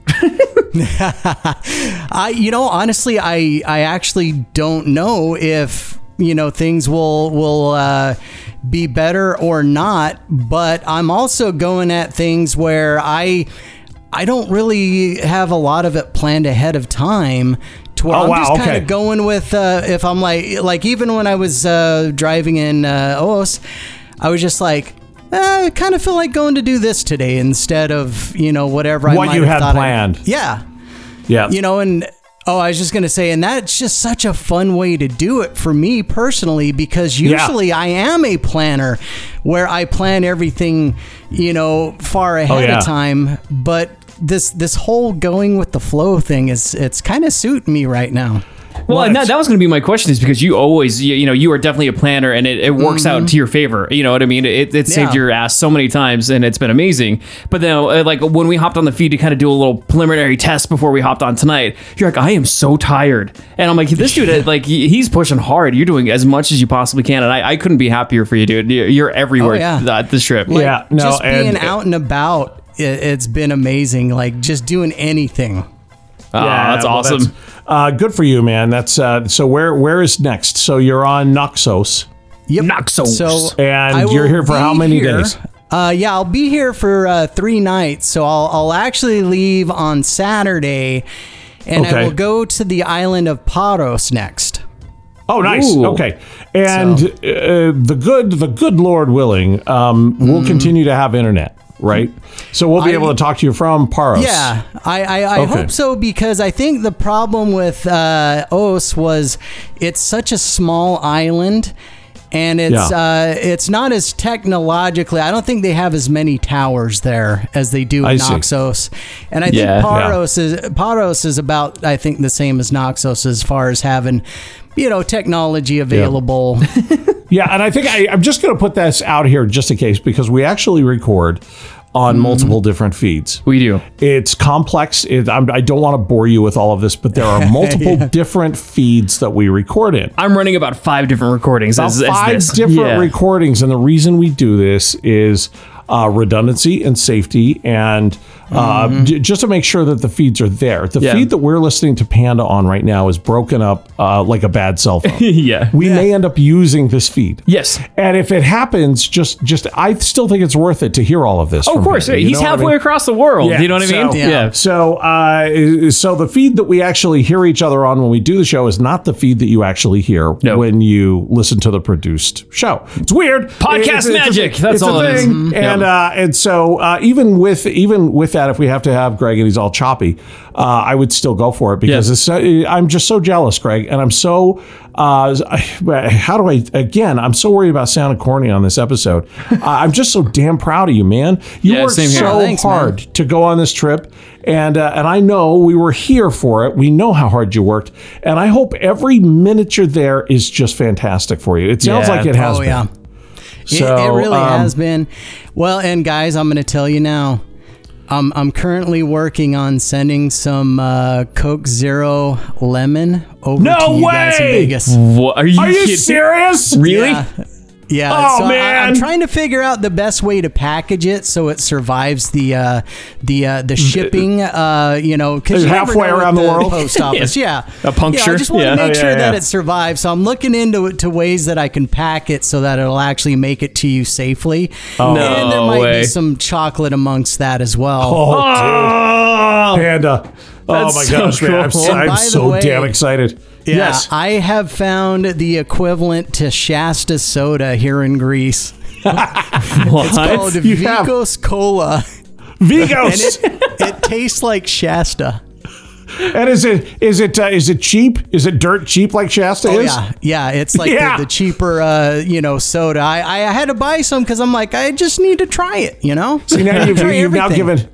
I, you know, honestly, I, I actually don't know if you know things will will uh, be better or not. But I'm also going at things where I, I don't really have a lot of it planned ahead of time. To where Oh, I'm wow, just kind okay. of going with uh, if I'm like like even when I was uh, driving in uh, Oos, I was just like. "Eh, I kind of feel like going to do this today instead of you know whatever I What might you have had thought I- planned. yeah, Yeah, you know and oh i was just gonna say and that's just such a fun way to do it for me personally because Yeah. usually i am a planner where i plan everything you know far ahead Oh, yeah. of time but this this whole going with the flow thing is it's kind of suiting me right now well, What? and that, that was going to be my question is because you always you, you know you are definitely a planner and it, it works Mm-hmm. out to your favor. You know what I mean? It, it saved Yeah. your ass so many times and it's been amazing. But then uh, like when we hopped on the feed to kind of do a little preliminary test before we hopped on tonight, you're like I am so tired, and I'm like this dude uh, like he- he's pushing hard. You're doing as much as you possibly can, and I, I couldn't be happier for you, dude. You're, you're everywhere yeah. at this trip. Like, Oh, Yeah, no, just being and- out and about it, it's been amazing like just doing anything Ah, that's well, awesome. uh, good for you, man. That's uh, so. Where where is next? So you're on Noxos. Yep. Noxos. So And I you're will here for how be many here- days? Uh, yeah, I'll be here for uh, three nights. So I'll, I'll actually leave on Saturday, and Okay. I will go to the island of Paros next. Oh, nice. Ooh. Okay, and So- uh, the good, the good Lord willing, um, Mm-hmm. we'll continue to have internet, right? So we'll be I- able to talk to you from Paros. Yeah, I, I, I Okay. hope so because I think the problem with uh, Os was it's such a small island. And it's Yeah. uh, it's not as technologically. I don't think they have as many towers there as they do I in see. Noxos, and I think Yeah. Paros is Paros is about I think the same as Noxos as far as having, you know, technology available. yeah. And I think I, I'm just going to put this out here just in case because we actually record Mm-hmm. on multiple different feeds. we do. It's complex. It, I'm, I don't want to bore you with all of this, but there (laughs) are multiple different feeds that we record in. I'm running about five different recordings. About as, as five this. different Yeah. recordings, and the reason we do this is uh, redundancy and safety, and uh, j- just to make sure that the feeds are there. The Mm-hmm. Yeah. feed that we're listening to Panda on right now is broken up uh, like a bad cell phone. (laughs) yeah. we may end up using this feed. Yes. And if it happens, just just I still think it's worth it to hear all of this. Oh, Of course, yeah, he's halfway across the world. Yeah, you know what I mean? so- yeah. So, uh, so the feed that we actually hear each other on when we do the show is not the feed that you actually hear No. when you listen to the produced show. It's weird. Podcast magic. That's all it is. Mhm. And Yep. uh, and so uh, even with even with that, if we have to have Greg and he's all choppy, uh, I would still go for it because Yeah. it's, uh, I'm just so jealous, Greg, and I'm so. Uh, I- how do I again? I'm so worried about sounding corny on this episode. uh, I'm just so damn proud of you, man. You Yeah, worked same here. so Oh, thanks, man. hard to go on this trip, and uh, and I know we were here for it. We know how hard you worked, and I hope every minute you're there is just fantastic for you. It sounds Yeah. like it has oh been. yeah, It- So, it, really um, has been. Well, and guys, I'm going to tell you now. I'm I'm currently working on sending some uh, Coke Zero Lemon over No to you guys in way! Vegas. What are you? Are you kidding? serious? Really? Yeah. Yeah, Oh, so I, man. am trying to figure out the best way to package it so it survives the uh, the uh, the shipping. Uh, you know, because Halfway around the world? (laughs) post office. yeah, A puncture? Yeah, I just want to Yeah. make Oh, sure yeah, that yeah. it survives. So I'm looking into it to ways that I can pack it so that it'll actually make it to you safely. Oh, and there No might way. be some chocolate amongst that as Oh, well. dude. Panda. That's Ah! oh my so gosh, man! I'm cool. so, And I'm by the so way- damn excited. Yeah, Yes. I have found the equivalent to Shasta soda here in Greece. What? Oh, Called You have- Vicos Cola. And Vigos. it, it tastes like Shasta. and is it is it uh, is it cheap? Is it dirt cheap like Shasta Oh, is? yeah, yeah. It's like Yeah. The, the cheaper, uh, you know, soda. I, I had to buy some because I'm like, I just need to try it. You know, See, now you've, (laughs) Try you've now everything. given.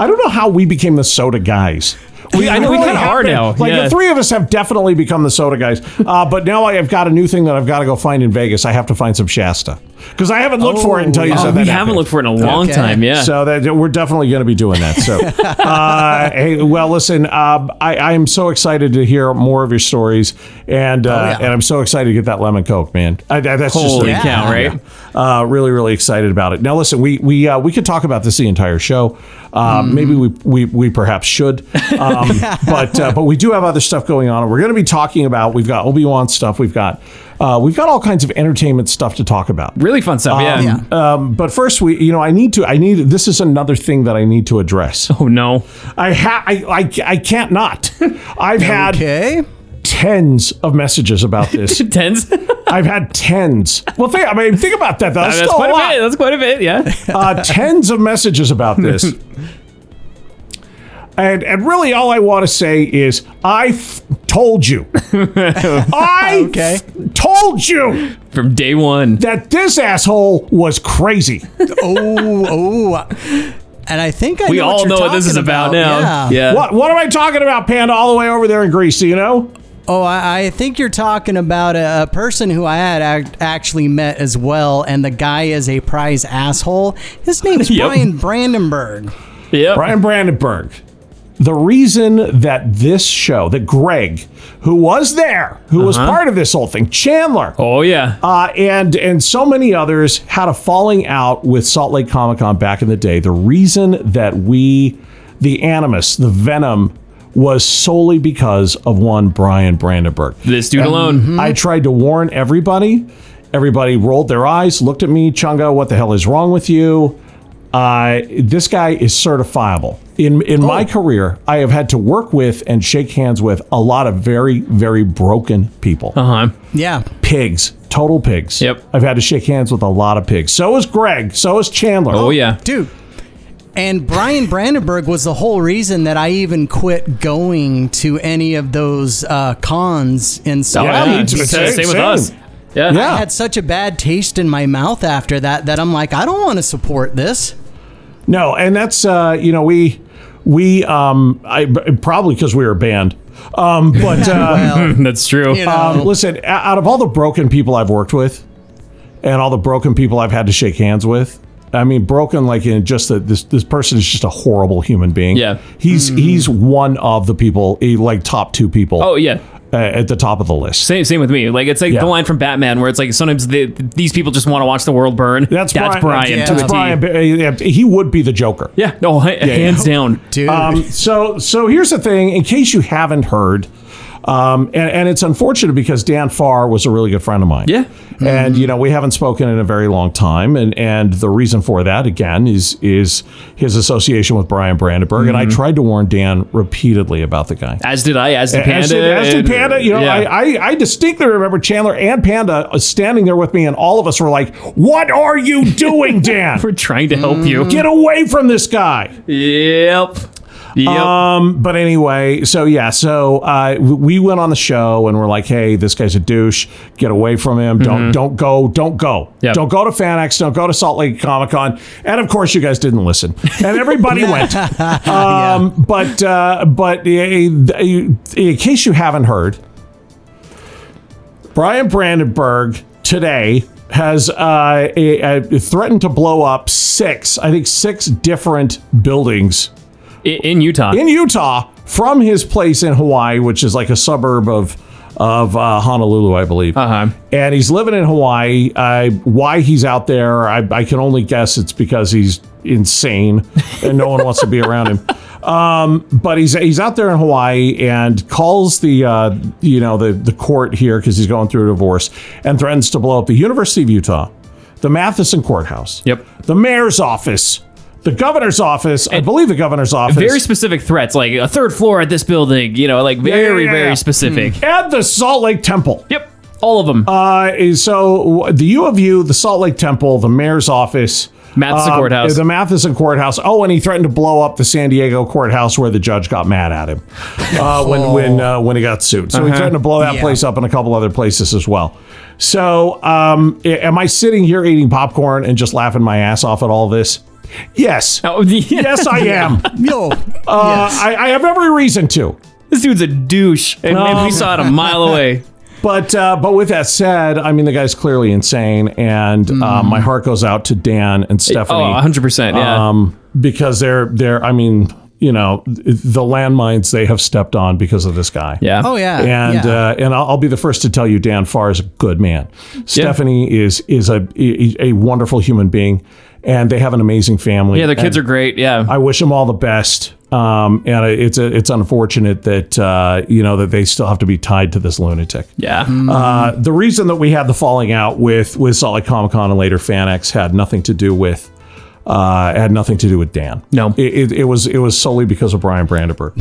I don't know how we became the soda guys. We- I know we really kinda have are been- now, Like yeah. the three of us have definitely become the soda guys. Uh, but now I have got a new thing that I've got to go find in Vegas. I have to find some Shasta because I haven't looked for it until you Oh, said that. we happened. haven't looked for it in a long Okay. time. Yeah. So that we're definitely going to be doing that. (laughs) So, uh, hey, well, listen, uh, I, I am so excited to hear more of your stories, and uh, yeah. and I'm so excited to get that lemon coke, man. I, that- that's Oh, Holy just cow, right? Uh, really, really excited about it. Now, listen, we we uh, we could talk about this the entire show. Uh, Mm-hmm. Maybe we, we we perhaps should, (laughs) um, but uh, but we do have other stuff going on. We're going to be talking about. We've got Obi Wan stuff. We've got. Uh, we've got all kinds of entertainment stuff to talk about. Really fun stuff. Yeah. yeah. Um, but first, we, you know, I need to, I need, this is another thing that I need to address. Oh no. (laughs) I ha, I, I, I can't not. I've had Okay. tens of messages about (laughs) this. Tens. I've had tens. Well, think, I mean, think about that. Though. That's, That's still quite a a lot. bit. That's quite a bit. Yeah. Uh, tens of messages (laughs) about this. And, and really, all I want to say is, I f- told (laughs) you. I Okay. f- told you From day one. that this asshole was crazy. Oh, oh. And I think I We know all what you're know what this talking is about, now. Yeah. Yeah. What, what am I talking about, Panda, all the way over there in Greece? Do you know? Oh, I, I think you're talking about a, a person who I had act, actually met as well, and the guy is a prize asshole. His name's (laughs) Yep. Brian Brandenburg. Yep. Brian Brandenburg. The reason that this show, that Greg, who was there, who was part of this whole thing, Chandler, Oh yeah. uh, and and so many others had a falling out with Salt Lake Comic Con back in the day. The reason that we, the animus, the venom, was solely because of one Brian Brandenburg. this dude alone. I tried to warn everybody. Everybody rolled their eyes, looked at me, Chunga, what the hell is wrong with you? Uh, this guy is certifiable. In in Oh. my career, I have had to work with and shake hands with a lot of very, very broken people. Uh huh. Yeah. Pigs, total pigs. Yep. I've had to shake hands with a lot of pigs. So is Greg. So is Chandler. Oh yeah. (laughs) Dude. And Brian Brandenburg was the whole reason that I even quit going to any of those uh, cons in South Yeah, Africa me too. Oh, Same, because Same, same with same. us. Yeah. Yeah. I had such a bad taste in my mouth after that that I'm like, I don't want to support this. No, and that's uh, you know we we um I probably because we were banned. Um, (laughs) but uh, (laughs) That's true. You know, Um, (laughs) listen, o- out of all the broken people I've worked with, and all the broken people I've had to shake hands with, I mean, broken like in just that this this person is just a horrible human being. Yeah. he's he's one of the people, eh, like top two people. Oh yeah. uh, at the top of the list. Same, same with me. Like it's like Yeah. the line from Batman where it's like sometimes the, these people just want to watch the world burn. That's Brian. That's, to yeah. the T. Brian. Ba- eh, eh, He would be the Joker. Yeah. No. (laughs) ha- hands down. dude. Um, so, so here's the thing. In case you haven't heard, um, and, and it's unfortunate because Dan Farr was a really good friend of mine. Yeah. and you know we haven't spoken in a very long time, and and the reason for that again is is his association with Brian Brandenburg, and I tried to warn Dan repeatedly about the guy. As did I. As did Panda. As did, as did and- Panda, you know, yeah. I, I, I distinctly remember Chandler and Panda standing there with me, and all of us were like, "What are you doing, Dan? We're trying to help you. Get away from this guy!" Yep. Yep. Um, but anyway, so yeah, so uh, w- we went on the show and we're like, hey, this guy's a douche. Get away from him. Don't don't go. Don't go. Yep. Don't go to FanX. Don't go to Salt Lake Comic Con. And of course, you guys didn't listen, and everybody went. Um, But uh, but uh, in case you haven't heard, Brian Brandenburg today has uh, a, a threatened to blow up six, I think, six different buildings I- in Utah. in Utah from his place in Hawaii, which is like a suburb of of uh, Honolulu, I believe. Uh-huh. And he's living in Hawaii. I, why he's out there, I, I can only guess it's because he's insane and no one wants to be (laughs) around him. Um, but he's he's out there in Hawaii and calls the uh, you know the the court here because he's going through a divorce and threatens to blow up the University of Utah, the Matheson courthouse, Yep. the mayor's office, the governor's office. I believe the governor's office. Very specific threats, like a third floor at this building. You know, like very, yeah, yeah, yeah. very specific. and the Salt Lake Temple. Yep, all of them. Uh, so w- the U of U, the Salt Lake Temple, the mayor's office, Matheson um, Courthouse. the Matheson courthouse. Oh, and he threatened to blow up the San Diego courthouse where the judge got mad at him uh, when when uh, when he got sued. So Uh-huh. he threatened to blow that Yeah. place up and a couple other places as well. So um, a- am I sitting here eating popcorn and just laughing my ass off at all this? Yes. Oh, (laughs) yeah. Yes, I am. No. Uh, I, I have every reason to. This dude's a douche, and, Um, and we saw it (laughs) a mile away. But uh, but with that said, I mean the guy's clearly insane, and uh, my heart goes out to Dan and Hmm. Oh, Stephanie. 100 percent. Yeah, um, because they're they're I mean you know the landmines they have stepped on because of this guy. yeah. oh yeah. And yeah. uh, and I'll, I'll be the first to tell you, Dan Farr is a good man. Stephanie is is a a a wonderful human being, and they have an amazing family. Yeah, their kids are great. Yeah, I wish them all the best. Um, and it's a, it's unfortunate that uh, you know that they still have to be tied to this lunatic. yeah. Uh, the reason that we had the falling out with with Salt Lake Comic Con and later FanX had nothing to do with uh, had nothing to do with Dan. No. it, it, it was it was solely because of Brian (laughs) Brandenburg.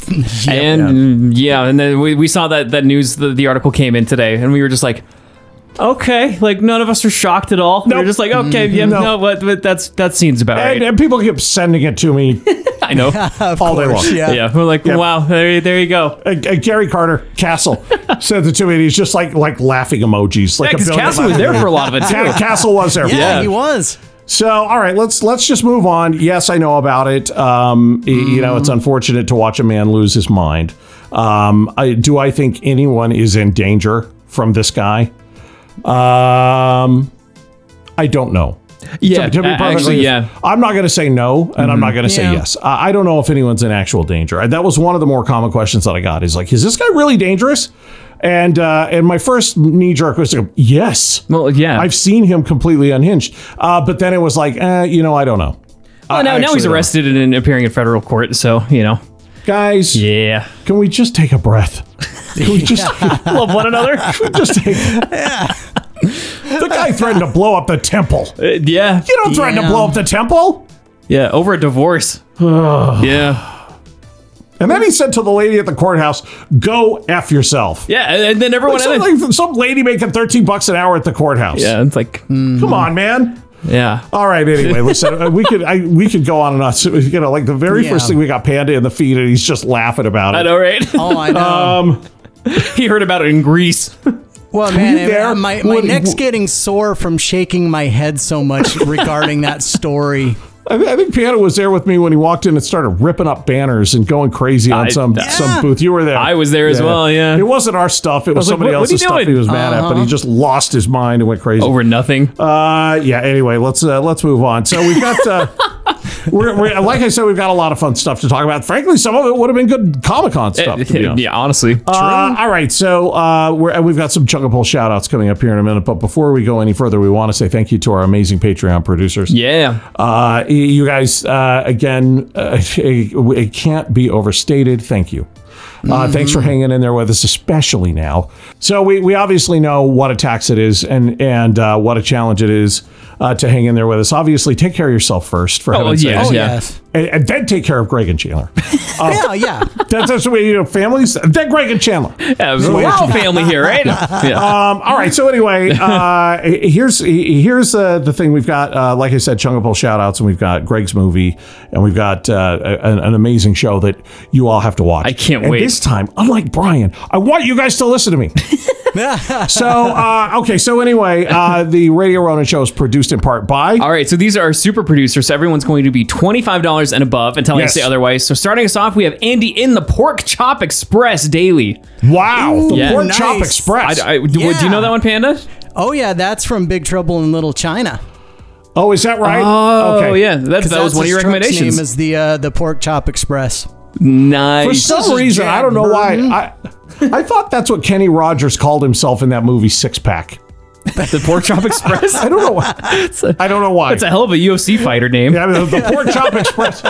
and yeah. and then we, we saw that that news. The, the article came in today, and we were just like, okay, like none of us are shocked at all. We Nope. Mm-hmm. were just like, okay, yeah, No. no, but, but that's that seems about and, right. and people kept sending it to me (laughs) I know. (laughs) Of all day course, long. Yeah. yeah, we're like, wow, there, there you go. Uh, uh, Gary Carter (laughs) Castle sent it to me. And he's just like like laughing emojis, like Because billion Castle was laughing there for a lot of (laughs) it emojis. too. Castle was there. for Yeah, it. he was. So, all right, let's let's just move on. Yes, I know about it. Um, y- You know, it's Mm. unfortunate to watch a man lose his mind. Um, I, do I think anyone is in danger from this guy? Um, I don't know. Yeah, To be a- perfectly actually, yeah. Mm-hmm. honest, I'm not going to say no, and I'm not going to say Yeah. yes. I, I don't know if anyone's in actual danger. I- that was one of the more common questions that I got. Is like, is this guy really dangerous? And uh, and my first knee jerk was to go, yes. Well, yeah. I've seen him completely unhinged. Uh, but then it was like, eh, you know, I don't know. well, now, I now actually he's don't. arrested and appearing in federal court, so you know. Guys, Yeah, can we just take a breath? Can we just, (laughs) love (laughs) one another. just (laughs) take. The guy threatened to blow up the temple. Uh, yeah, You don't threaten to Yeah. blow up the temple. yeah, over (sighs) a divorce. yeah. And then he said to the lady at the courthouse, "Go f yourself." Yeah, and- and then everyone. Some, like, some lady making thirteen bucks an hour at the courthouse. yeah, Mm-hmm. it's like, Come on, man. yeah, All right. Anyway, listen, uh, we could I, we could go on and on. So, you know, like the very Yeah. first thing we got Panda in the feed, and he's just laughing about it. I (laughs) know, right? Oh, I know. Um, he heard about it in Greece. well, man, you there? my, my What- neck's what- getting sore from shaking my head so much regarding (laughs) that story. I, I think Piano was there with me when he walked in and started ripping up banners and going crazy on I- some Yeah. some booth. You were there. I was there as well, yeah. It wasn't our stuff. It was, was like, somebody "What- what else's are you stuff he doing?" was mad at, but he just lost his mind and went crazy. Over nothing. Uh, yeah. Anyway, let's uh, let's move on. So we've got. Uh, (laughs) We're, we're, like I said, we've got a lot of fun stuff to talk about. Frankly, some of it would have been good Comic Con stuff. To be honest. Eh, yeah, honestly. Uh, all right, so uh, we're, and we've got some Chugga Bowl shout outs coming up here in a minute. But before we go any further, we want to say thank you to our amazing Patreon producers. yeah. Uh, y- you guys, uh, again, uh, (laughs) it, it can't be overstated. Thank you. Uh, Thanks for hanging in there with us, especially now. So we, we obviously know what a tax it is and and uh, what a challenge it is uh, to hang in there with us. Obviously, take care of yourself first, for heaven's yeah. sake, Oh Yeah. yes. and, and then take care of Greg and (laughs) Chandler. Uh, yeah, yeah. That's, that's the way you know families. Then Greg and Chandler. yeah we're all family (laughs) here, right? yeah. Um, all right. So (laughs) anyway, uh, here's here's uh, the thing. We've got, uh, like I said, Chungapole shout outs, and we've got Greg's movie, and we've got uh, a- an, an amazing show that you all have to watch. I can't and This wait. time, unlike Brian, I want you guys to listen to me. (laughs) (laughs) so uh, okay. So anyway, uh, the Radio Ronin show is produced in part by. All right, so these are our super producers. So everyone's going to be $25 and above until Yes. I say otherwise. So starting us off, we have Andy in the Pork Chop Express Daily. Wow, the Yeah. Pork Chop Nice. Express. I, I- do, do you know that one, Panda? Oh yeah, that's from Big Trouble in Little China. oh, is that right? Oh, okay. yeah. That, that was That's one of his your truck's recommendations. Name is the uh, the Pork Chop Express. For nice. some is reason, Jack I don't know why. Burton. I, I thought that's what Kenny Rogers called himself in that movie Six Pack. (laughs) the Pork Chop (laughs) Express? I don't know (laughs) why. I don't know why. (laughs) That's a hell of a UFC fighter name. yeah, the, the pork chop express.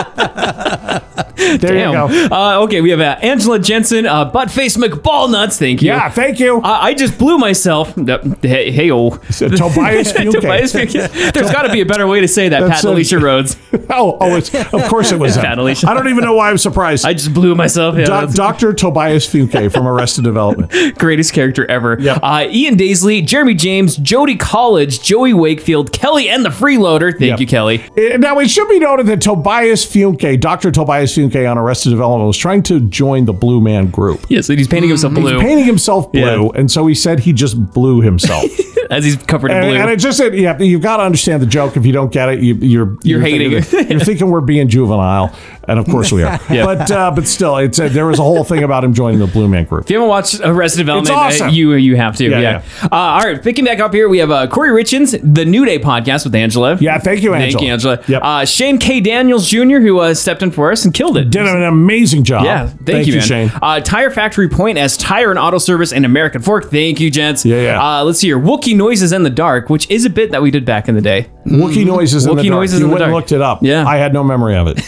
There Damn. you go. Uh, okay, we have uh, Angela Jensen, uh, Buttface McBallnuts. Thank you. Yeah, thank you. I, I just blew myself. Hey, hey oh. (laughs) Tobias Fumke. Tobias Fumke. There's got to be a better way to say that, That's Pat it. Alicia Rhodes. oh, oh, it's, of course it was him. Bad Alicia. I don't even know why I'm surprised. (laughs) I just blew myself. Yeah, that's- Doctor Tobias Fumke from Arrested Development. greatest character ever. Yep. Uh, Ian Daisley, Jeremy James, Jody College, Joey Wakefield, Kelly, and the Freeloader. Thank Yep. you, Kelly. Eh, Now it should be noted that Tobias Fumke, Doctor Tobias Fumke on Arrested Development, was trying to join the Blue Man Group. Yes, and he's Mm, painting himself blue Painting himself blue, Yeah. and so he said he just blew himself. as he's covered in and, blue. and it just it, yeah, you've got to understand the joke. If you don't get it, you, you're You're hating thinking that- you're thinking we're being juvenile, and of course (laughs) we are. But uh, but still, it's uh, there was a whole thing about him joining the Blue Man Group. if you haven't watched Arrested Development, uh, awesome. you you have to. Yeah, Yeah. yeah. Uh, all right, picking back up here, we have uh, Corey Richens, the New Day podcast with Angela. Yeah, thank you, Angela. Thank you, Angela. Yep. Uh, Shane K. Daniels Jr., who uh, stepped in for us and killed it. Did an amazing job. Yeah, thank, you, man. Shane. Uh, tire Factory Point as Tire and Auto Service and American Fork. Thank you, gents. Yeah, yeah. Uh, let's see here. Wookie Noises in the Dark, which is a bit that we did back in the day. Wookie noises in the Wookiee dark. Mm-hmm. noises you in the went and dark. looked it up. Yeah. I had no memory of it.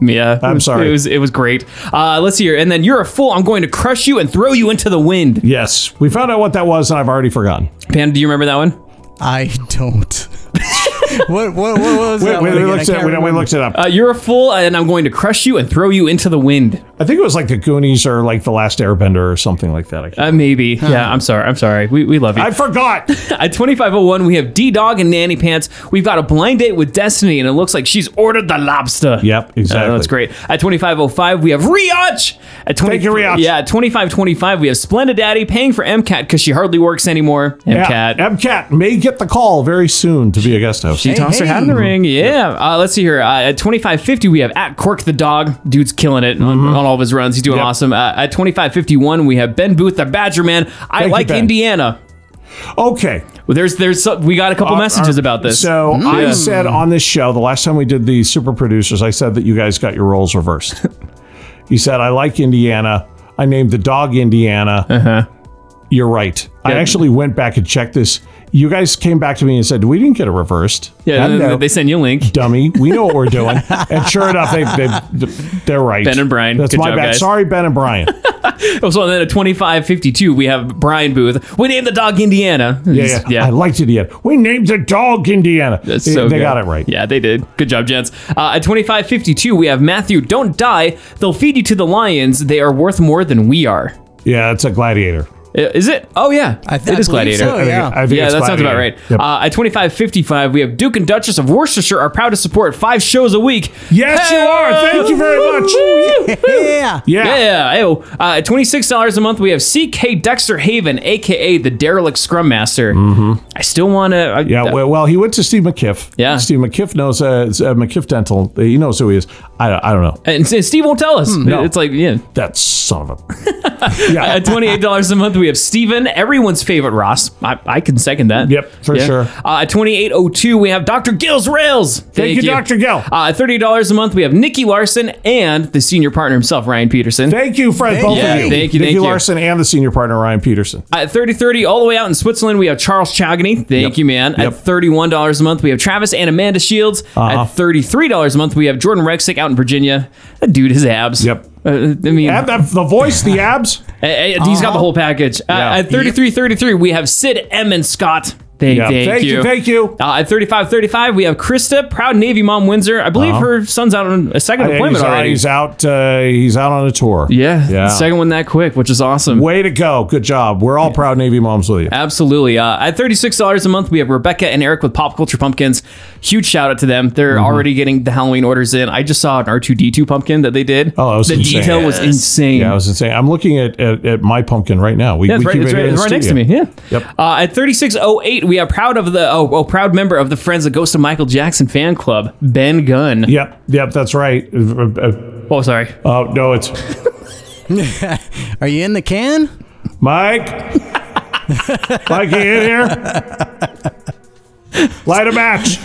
Yeah, I'm sorry. It was it was great. Uh, let's see here. And then you're a fool. I'm going to crush you and throw you into the wind. Yes, we found out what that was, and I've already forgotten. Panda, do you remember that one? I don't. (laughs) what, what, what was Wait, that? wait, one we, again? I looked it, can't we, we remember. looked it up. Uh, you're a fool, and I'm going to crush you and throw you into the wind. I think it was like the Goonies or like the Last Airbender or something like that. I, can't- Uh, maybe. Yeah. I'm sorry. I'm sorry. We, we love you. I (laughs) forgot. At 2501, we have D Dog and Nanny Pants. We've got a blind date with Destiny, and it looks like she's ordered the lobster. Yep, exactly. Uh, that's great. At 2505, we have Riach. At 20, Thank you, Riach. Yeah, at 2525, we have Splendid Daddy paying for MCAT because she hardly works anymore. MCAT. Yeah, MCAT may get the call very soon to be a guest host. She tossed her hat in the hey. ring. Yeah. Uh, let's see here. Uh, at 2550, we have at Cork the dog. Dude's killing it on, on all of his runs. He's doing Mm-hmm. Yep. awesome. Uh, at 2551, we have Ben Booth, the Badger Man. I Thank you, like Ben. Indiana. Okay. Well, there's there's some, we got a couple messages Our- about this. So I Mm-hmm. Yeah. said on this show, the last time we did the super producers, I said that you guys got your roles (laughs) reversed. you said, I like Indiana. I named the dog Indiana. Uh-huh. You're right. I Yeah. actually went back and checked this. You guys came back to me and said, We didn't get it reversed. yeah, I and know. then they send you a link. (laughs) dummy. We know what we're doing. and sure enough, they, they, they're right. Ben and Brian. That's Good my job, bad. guys. Sorry, Ben and Brian. Oh, So and then at 2552, we have Brian Booth. We named the dog Indiana. Yeah, yeah. I liked Indiana. We named the dog Indiana. That's they so they good. got it right. Yeah, they did. Good job, gents. Uh, at 2552, we have Matthew. Don't die. They'll feed you to the lions. They are worth more than we are. Yeah, it's a gladiator. I- Is it? Oh, yeah. I it th- is I believe Gladiator. so, yeah. I think Yeah, it's that sounds about Gladiator. right. Yep. Uh, at 2555, we have Duke and Duchess of Worcestershire are proud to support five shows a week. Yes, you are. Thank you very much. Yeah. (laughs) yeah. Yeah, ew. Uh, at twenty six dollars a month, we have CK Dexter Haven, aka the derelict scrum master. Mm-hmm. I still uh, want to. I, Yeah, well, well, he went to Steve McKiff. Yeah. Steve McKiff knows uh, it's, uh, McKiff Dental. He knows who he is. I, don't- I don't know. and S- Steve won't tell us. no. It's like yeah. That son of a. (laughs) (laughs) yeah. At twenty eight dollars a month, we have Steven, everyone's favorite Ross. I, I can second that. Yep, for sure. Uh, at twenty eight oh two, we have Doctor Gill's Rails. Thank, you, Dr. Gill. Uh, at thirty dollars a month, we have Nikki Larson and the senior partner himself, Ryan Peterson. Thank you, Fred, both Yeah, of you. thank you, Nikki thank you. Larson and the senior partner, Ryan Peterson. At 3030, all the way out in Switzerland, we have Charles Chagny. Thank you, man. Yep. At $31 a month, we have Travis and Amanda Shields. Uh-huh. At $33 a month, we have Jordan Rexick out in Virginia. That dude, his abs. Yep. Uh, I mean, And the, the voice, the abs. uh, uh, he's got the whole package. Uh, Yeah. At 3333, we have Sid M. and Scott. (laughs) Thank, Yeah. thank, you. Thank you. uh, at 3535, we have Krista, proud Navy mom Windsor. I believe her son's out on a second Yeah, appointment Uh-huh. he's, out- already. he's out. Uh, he's out on a tour. yeah, Yeah. second one that quick, which is awesome. Way to go. Good job. We're all proud Navy moms with you. Absolutely. Uh, at $36 a month, we have Rebecca and Eric with Pop Culture Pumpkins. Huge shout out to them. They're Mm-hmm. already getting the Halloween orders in. I just saw an R2D2 pumpkin that they did. Oh, that was The insane. detail was insane. Yeah, I was insane. I'm looking at, at, at my pumpkin right now. We, Yeah, it's we right, keep it's it right, in it's the right next to me. studio. Yeah. Yep. Uh, at 3608, we are proud of the oh, oh proud member of the Friends of Ghost of Michael Jackson fan club, Ben Gunn. Yep. Yep. That's right. Uh, uh, Oh, sorry. Oh no, it's Are you in the can? (laughs) Mike. Mike, you in here? Light a match.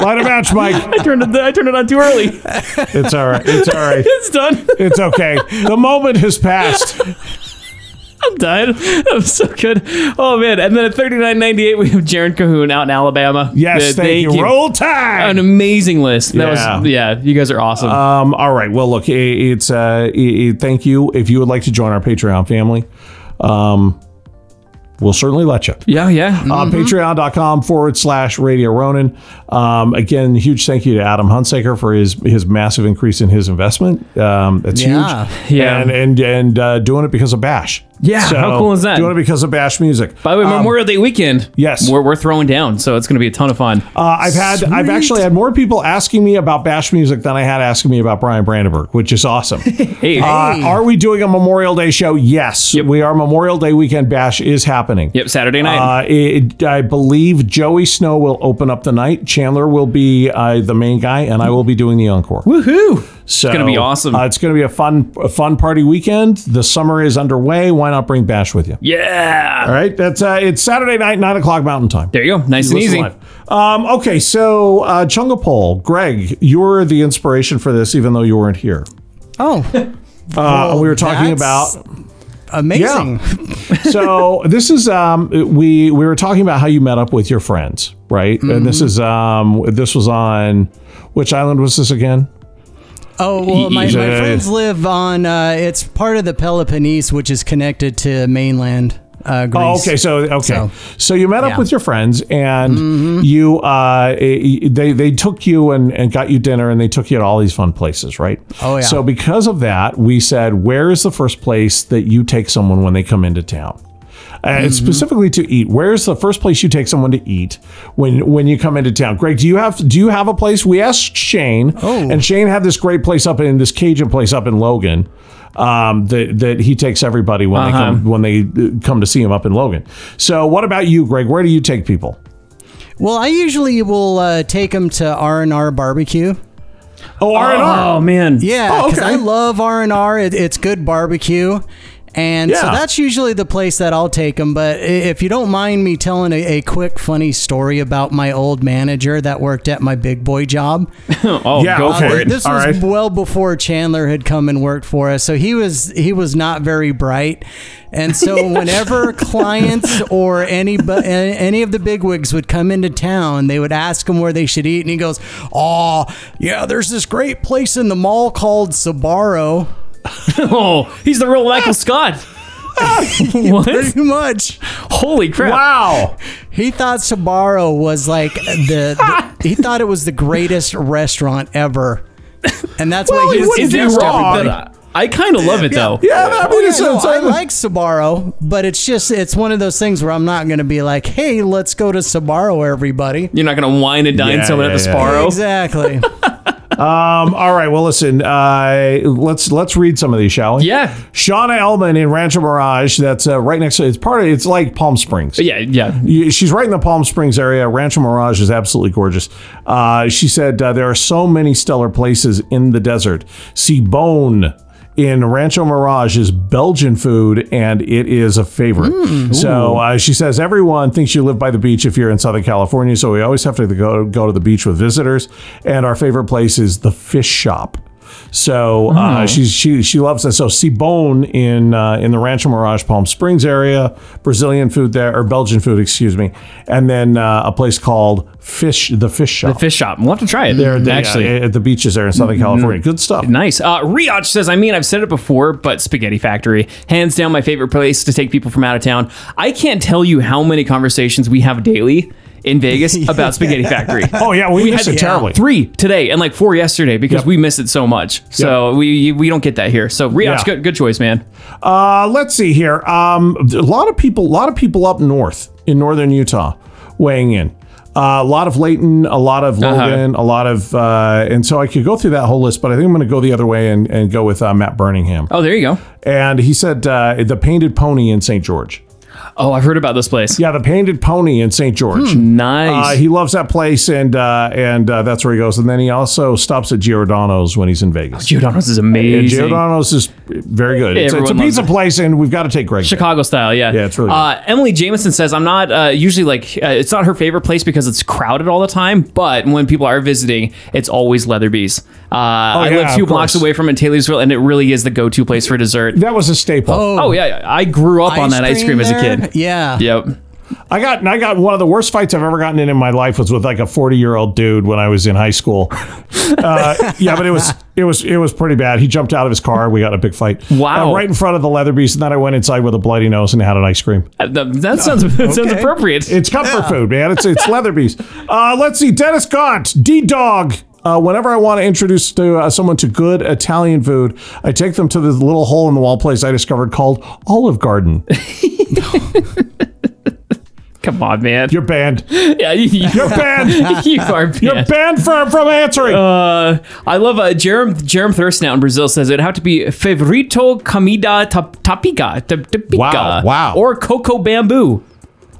Light a match, Mike. I turned it I turned it on (laughs) too early. It's all right. It's all right. it's done. It's okay. The moment has passed. I'm dying. I'm so good. Oh man! And then at 39.98, we have Jaron Cahoon out in Alabama. Yes, Uh, thank, you. Roll Tide. An amazing list. That Yeah. was yeah. You guys are awesome. Um, all right. Well, look, i it's uh, i i thank you. If you would like to join our Patreon family, um, we'll certainly let you. yeah, yeah. Mm. Uh, Patreon.com forward slash Radio Ronin. Um, again, huge thank you to Adam Hunsaker for his his massive increase in his investment. Um, that's Yeah. huge. Yeah. And and, and uh, doing it because of Bash. Yeah, how cool is that? Doing it because of Bash music. By the way, Memorial Day weekend. um, yes. we're, we're throwing down, so it's going to be a ton of fun. Uh, I've had I've actually had more people asking me about Bash music than I had asking me about Brian Brandenburg, which is (laughs) awesome. Hey, Uh, are we doing a Memorial Day show? Yes, we are. Memorial Day weekend bash is happening. yep, Saturday night. Uh, it, I believe Joey Snow will open up the night. Chandler will be uh, the main guy, and I will be doing the encore. Woohoo! So, gonna be awesome. uh, it's going to be a fun, a fun party weekend. The summer is underway. Why not bring Bash with you? Yeah. All right, that's uh, it's Saturday night, nine o'clock Mountain Time. There you go. Nice Listen and easy. live. Um, okay, so uh, Chunga Pole, Greg, you're the inspiration for this, even though you weren't here. Oh, (laughs) Uh, we were talking about that's- amazing. so this is um we we were talking about how you met up with your friends right and this Mm-hmm. is um this was on which island was this again (laughs) Oh, well, my, my Yeah. friends live on, uh, it's part of the Peloponnese, which is connected to mainland uh, Greece. oh okay so okay so, So- you met up yeah. Mm-hmm. with your friends and you uh eh, they they took you and and got you dinner and they took you to all these fun places right Oh, yeah. so because of that we said where is the first place that you take someone when they come into town Uh, Mm-hmm. It's specifically to eat. Where's the first place you take someone to eat when when you come into town? Greg, do you have do you have a place? We asked Shane, Oh. and Shane had this great place up in this Cajun place up in Logan. Um, that, that he takes everybody when Uh-huh. they come when they uh, come to see him up in Logan. So, what about you, Greg? Where do you take people? Well, I usually will uh, take them to R&R Barbecue. Oh, R and Oh R. man. Yeah, Oh, because okay. I love R and R. It, it's good barbecue, and so Yeah. that's usually the place that I'll take them. But i- if you don't mind me telling a, a quick funny story about my old manager that worked at my big boy job, Oh, Yeah, go okay. for it. this All was right. well before Chandler had come and worked for us, so he was he was not very bright, and (laughs) so whenever clients or any bu- any of the bigwigs would come into town, they would ask him where they should eat, and he goes, "Oh, yeah, there's this great place in the mall called Sabaro." (laughs) (laughs) Oh, he's the real Michael (laughs) Scott. what? Pretty much, Holy crap! Wow. he thought Sabaro was like the, the he thought it was the greatest restaurant ever, and that's Well, why he he was wouldn't Is it Just against wrong? everybody. That I, kind of love it though. Yeah, I (laughs) mean, it's, Oh, Yeah, no, it's- I like Sabaro, but it's just it's one of those things where I'm not going to be like, "Hey, let's go to Sabaro, everybody." You're not gonna wine and dine Yeah, someone yeah, at the yeah. Sparrow. (laughs) Exactly. Um, all right. Well, listen. Uh, let's let's read some of these, shall we? Yeah. Shauna Elman in Rancho Mirage. That's uh, right next to. It's part of. It's like Palm Springs. Yeah, yeah. You- She's right in the Palm Springs area. Rancho Mirage is absolutely gorgeous. Uh, she said uh, there are so many stellar places in the desert. See Bone in Rancho Mirage is Belgian food, and it is a favorite. so uh, she says everyone thinks you live by the beach if you're in Southern California, so we always have to go go to the beach with visitors. And our favorite place is the fish shop. So uh, she's, she she loves that. So Cibone in uh, in the Rancho Mirage Palm Springs area, Brazilian food there or Belgian food, excuse me, and then uh, a place called Fish the Fish Shop. Fish shop. We'll have to try it. They're- they- actually. Mm-hmm. uh, at the beaches there in Southern California. Good stuff. Nice. Uh, Riach says, I mean, I've said it before, but Spaghetti Factory, hands down, my favorite place to take people from out of town. I can't tell you how many conversations we have daily (laughs) in Vegas about Spaghetti Factory. Oh yeah, we, miss had- it terribly. Three today and like four yesterday because Yep. we miss it so much. So we we don't get that here. So Riach, Yeah. good good choice, man. Uh, let's see here. Um, a lot of people, a lot of people up north in northern Utah, weighing in. Uh, a lot of Layton, a lot of Uh-huh. Logan, a lot of, uh, and so I could go through that whole list, but I think I'm going to go the other way and, and go with uh, Matt Birmingham. Oh, there you go. and he said uh, the painted pony in St. George. Oh, I've heard about this place. Yeah, the Painted Pony in St. George. Uh, Hmm, Nice. he loves that place, and uh, and uh, that's where he goes. And then he also stops at Giordano's when he's in Vegas. Giordano's is And amazing. Giordano's is very good. It's, it's a Everyone loves pizza it. place, and we've got to take Greg. there. Chicago style, yeah. Yeah, it's really Uh, Emily Jameson says, I'm not uh, usually like, uh, it's not her favorite place because it's crowded all the time, but when people are visiting, it's always Leatherby's. Uh, I Oh, yeah, live two of blocks course. away from it in Taylorsville, and it really is the go to place for dessert. That was a staple. Oh, yeah. I grew up on that ice cream as a there? kid. Yeah. (laughs) Yep. I got and I got one of the worst fights I've ever gotten in in my life was with like a forty year old dude when I was in high (laughs) school. Uh, yeah, but it was it was it was pretty bad. He jumped out of his car. We got in a big fight. Wow. Uh, right in front of the Leatherbeast, and then I went inside with a bloody nose and had an ice cream. Uh, That, that sounds, (laughs) that sounds okay. appropriate. It's comfort food, man. It's it's Leatherbeast. Uh, let's see, Dennis Gaunt, D Dog. Uh, whenever I want to introduce to uh, someone to good Italian food, I take them to this little hole in the wall place I discovered called Olive Garden. Come on, man. You're banned. (laughs) yeah, you, (laughs) You're banned. you are You're banned. banned from from answering. Uh, I love uh, Jerem Jerem Thurston out in Brazil says it'd have to be favorito comida tap, tapica, tap, tapica Wow, wow. Hmm. or coco bamboo.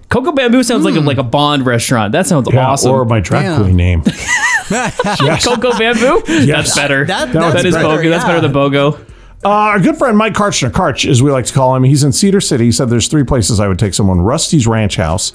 Coco bamboo sounds like a, like a Bond restaurant. That sounds Yeah, awesome. Or my drag Yeah. queen name. (laughs) coco bamboo. That's better. That That- that that's is better, bogo. That's yeah. better than bogo. Uh, our good friend Mike Karchner, Karch as we like to call him, he's in Cedar City. He said there's three places I would take someone Rusty's Ranch House,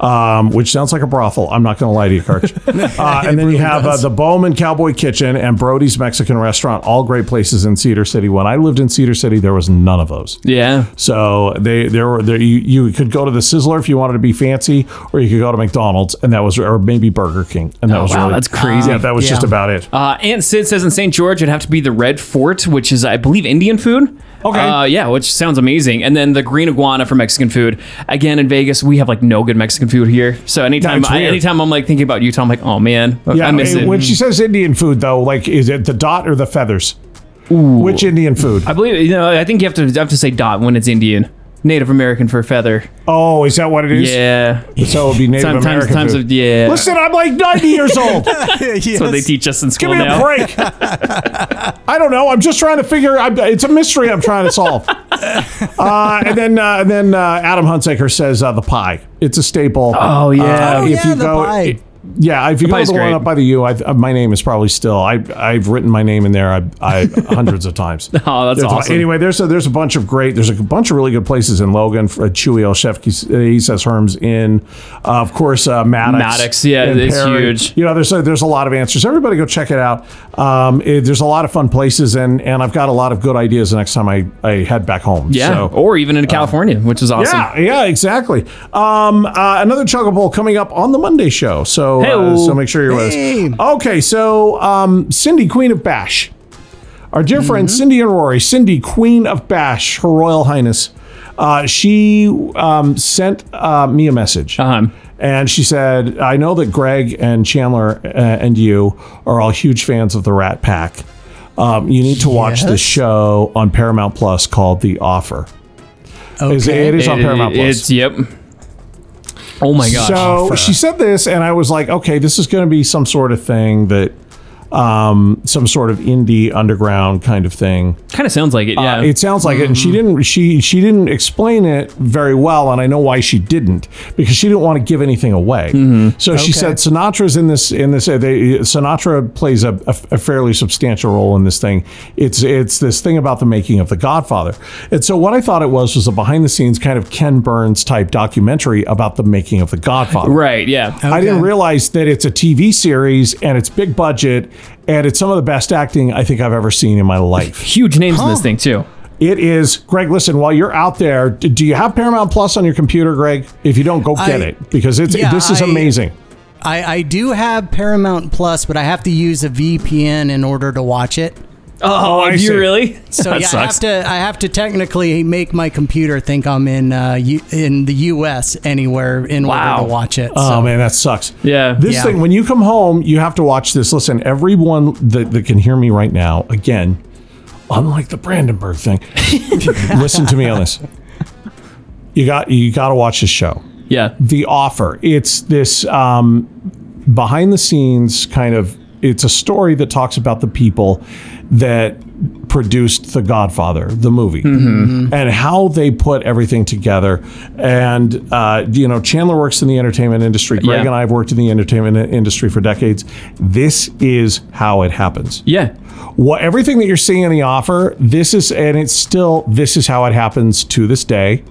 um, which sounds like a brothel. I'm not going to lie to you, (laughs) Karch. Uh, and then you have uh, the Bowman Cowboy Kitchen and Brody's Mexican Restaurant, all great places in Cedar City. When I lived in Cedar City, there was none of those. Yeah. So they there were there you, you could go to the Sizzler if you wanted to be fancy, or you could go to McDonald's, and that was or maybe Burger King, and that was Oh, wow, really that's crazy. Yeah, that was Yeah. just about it. Uh, Aunt Sid says in St. George it'd have to be the Red Fort, which is, I believe, Indian food. Okay. Uh, yeah, which sounds amazing. And then the Green Iguana for Mexican food. Again, in Vegas, we have like no good Mexican food here. So anytime, it's I, weird. anytime I'm like thinking about Utah, I'm like, oh man, I miss mean, it. When she says Indian food, though, like is it the dot or the feathers? Which Indian food? I believe you know. I think you have to you have to say dot when it's Indian. Native American for feather. oh, is that what it is? Yeah. So it would be Native Sometimes, American times food. of yeah. Listen, I'm like 90 years (laughs) old. Yes. That's what they teach us in Give school me a now. break. (laughs) I don't know. I'm just trying to figure. I'm, it's a mystery I'm trying to (laughs) solve. Uh, and then, uh, and then uh, Adam Hunsaker says uh, the pie. It's a staple. Uh, Oh yeah. Oh, yeah, the pie. Yeah, if you go pie's to the one great. up by the U, I, uh, my name is probably still. I I've written my name in there I, I (laughs) hundreds of times. (laughs) Oh, that's There's a- awesome. Anyway, there's a, there's a bunch of great. There's a bunch of really good places in Logan. For, uh, Chewy El Chef, he says Herms in, uh, of course uh, Maddox. Maddox, yeah, in it's huge. You know, there's a, there's a lot of answers. Everybody go check it out. Um, it- there's a lot of fun places, and and I've got a lot of good ideas the next time I, I head back home. yeah. So- uh, or even in California, which is awesome. yeah, yeah, exactly. Um, uh, another Chugga Bowl coming up on the Monday show. So, uh, Hey-o. so make sure you're with us. Okay, so um, Cindy, Queen of Bash. Our dear friend Cindy and Rory, Cindy, Queen of Bash, Her Royal Highness, uh, she um, sent uh, me a message. Uh-huh. And she said, I know that Greg and Chandler uh, and you are all huge fans of the Rat Pack. Um, you need to watch the Yes. show on Paramount Plus called The Offer. Is- Okay. It is on It- Paramount Plus. It's yep. Oh my gosh. So she said this, and I was like, okay, this is going to be some sort of thing that, um, some sort of indie underground kind of thing. kind of sounds like it. Yeah. Mm-hmm. It sounds like it, and she didn't. She she didn't explain it very well, and I know why she didn't because she didn't want to give anything away. Mm-hmm. So she said Sinatra's in this in this. uh, They, Sinatra plays a, a- a fairly substantial role in this thing. It's it's this thing about the making of The Godfather, and so what I thought it was was a behind the scenes kind of Ken Burns type documentary about the making of The Godfather. right. Yeah. I didn't Okay. realize that it's a TV series and it's big budget and it's some of the best acting I think I've ever seen in my life. Huge names in this thing too. It is, Greg, listen, while you're out there, d- do you have Paramount Plus on your computer, Greg? If you don't, go get I- it because it's yeah, this is I- amazing. I, I do have Paramount Plus, but I have to use a VPN in order to (laughs) watch it. Oh, I do see. (laughs) you really? So yeah, I have to I have to technically make my computer think I'm in uh, U- in the U.S. anywhere in Wow. Uh, order to watch it. Oh so. man, that sucks. Yeah. This Yeah. thing, when you come home, you have to watch this. Listen, everyone that, that can hear me right now, again, unlike the Brandenburg (laughs) thing, listen to me on this. You got you gotta watch this show. yeah. the offer it's this um, behind the scenes kind of it's a story that talks about the people that produced The Godfather, the movie, and how they put everything together. And, uh, you know, Chandler works in the entertainment industry. Greg Yeah. and I have worked in the entertainment industry for decades. This is how it happens Yeah. (laughs) what everything that you're seeing in the offer this is and it's still this is how it happens to this day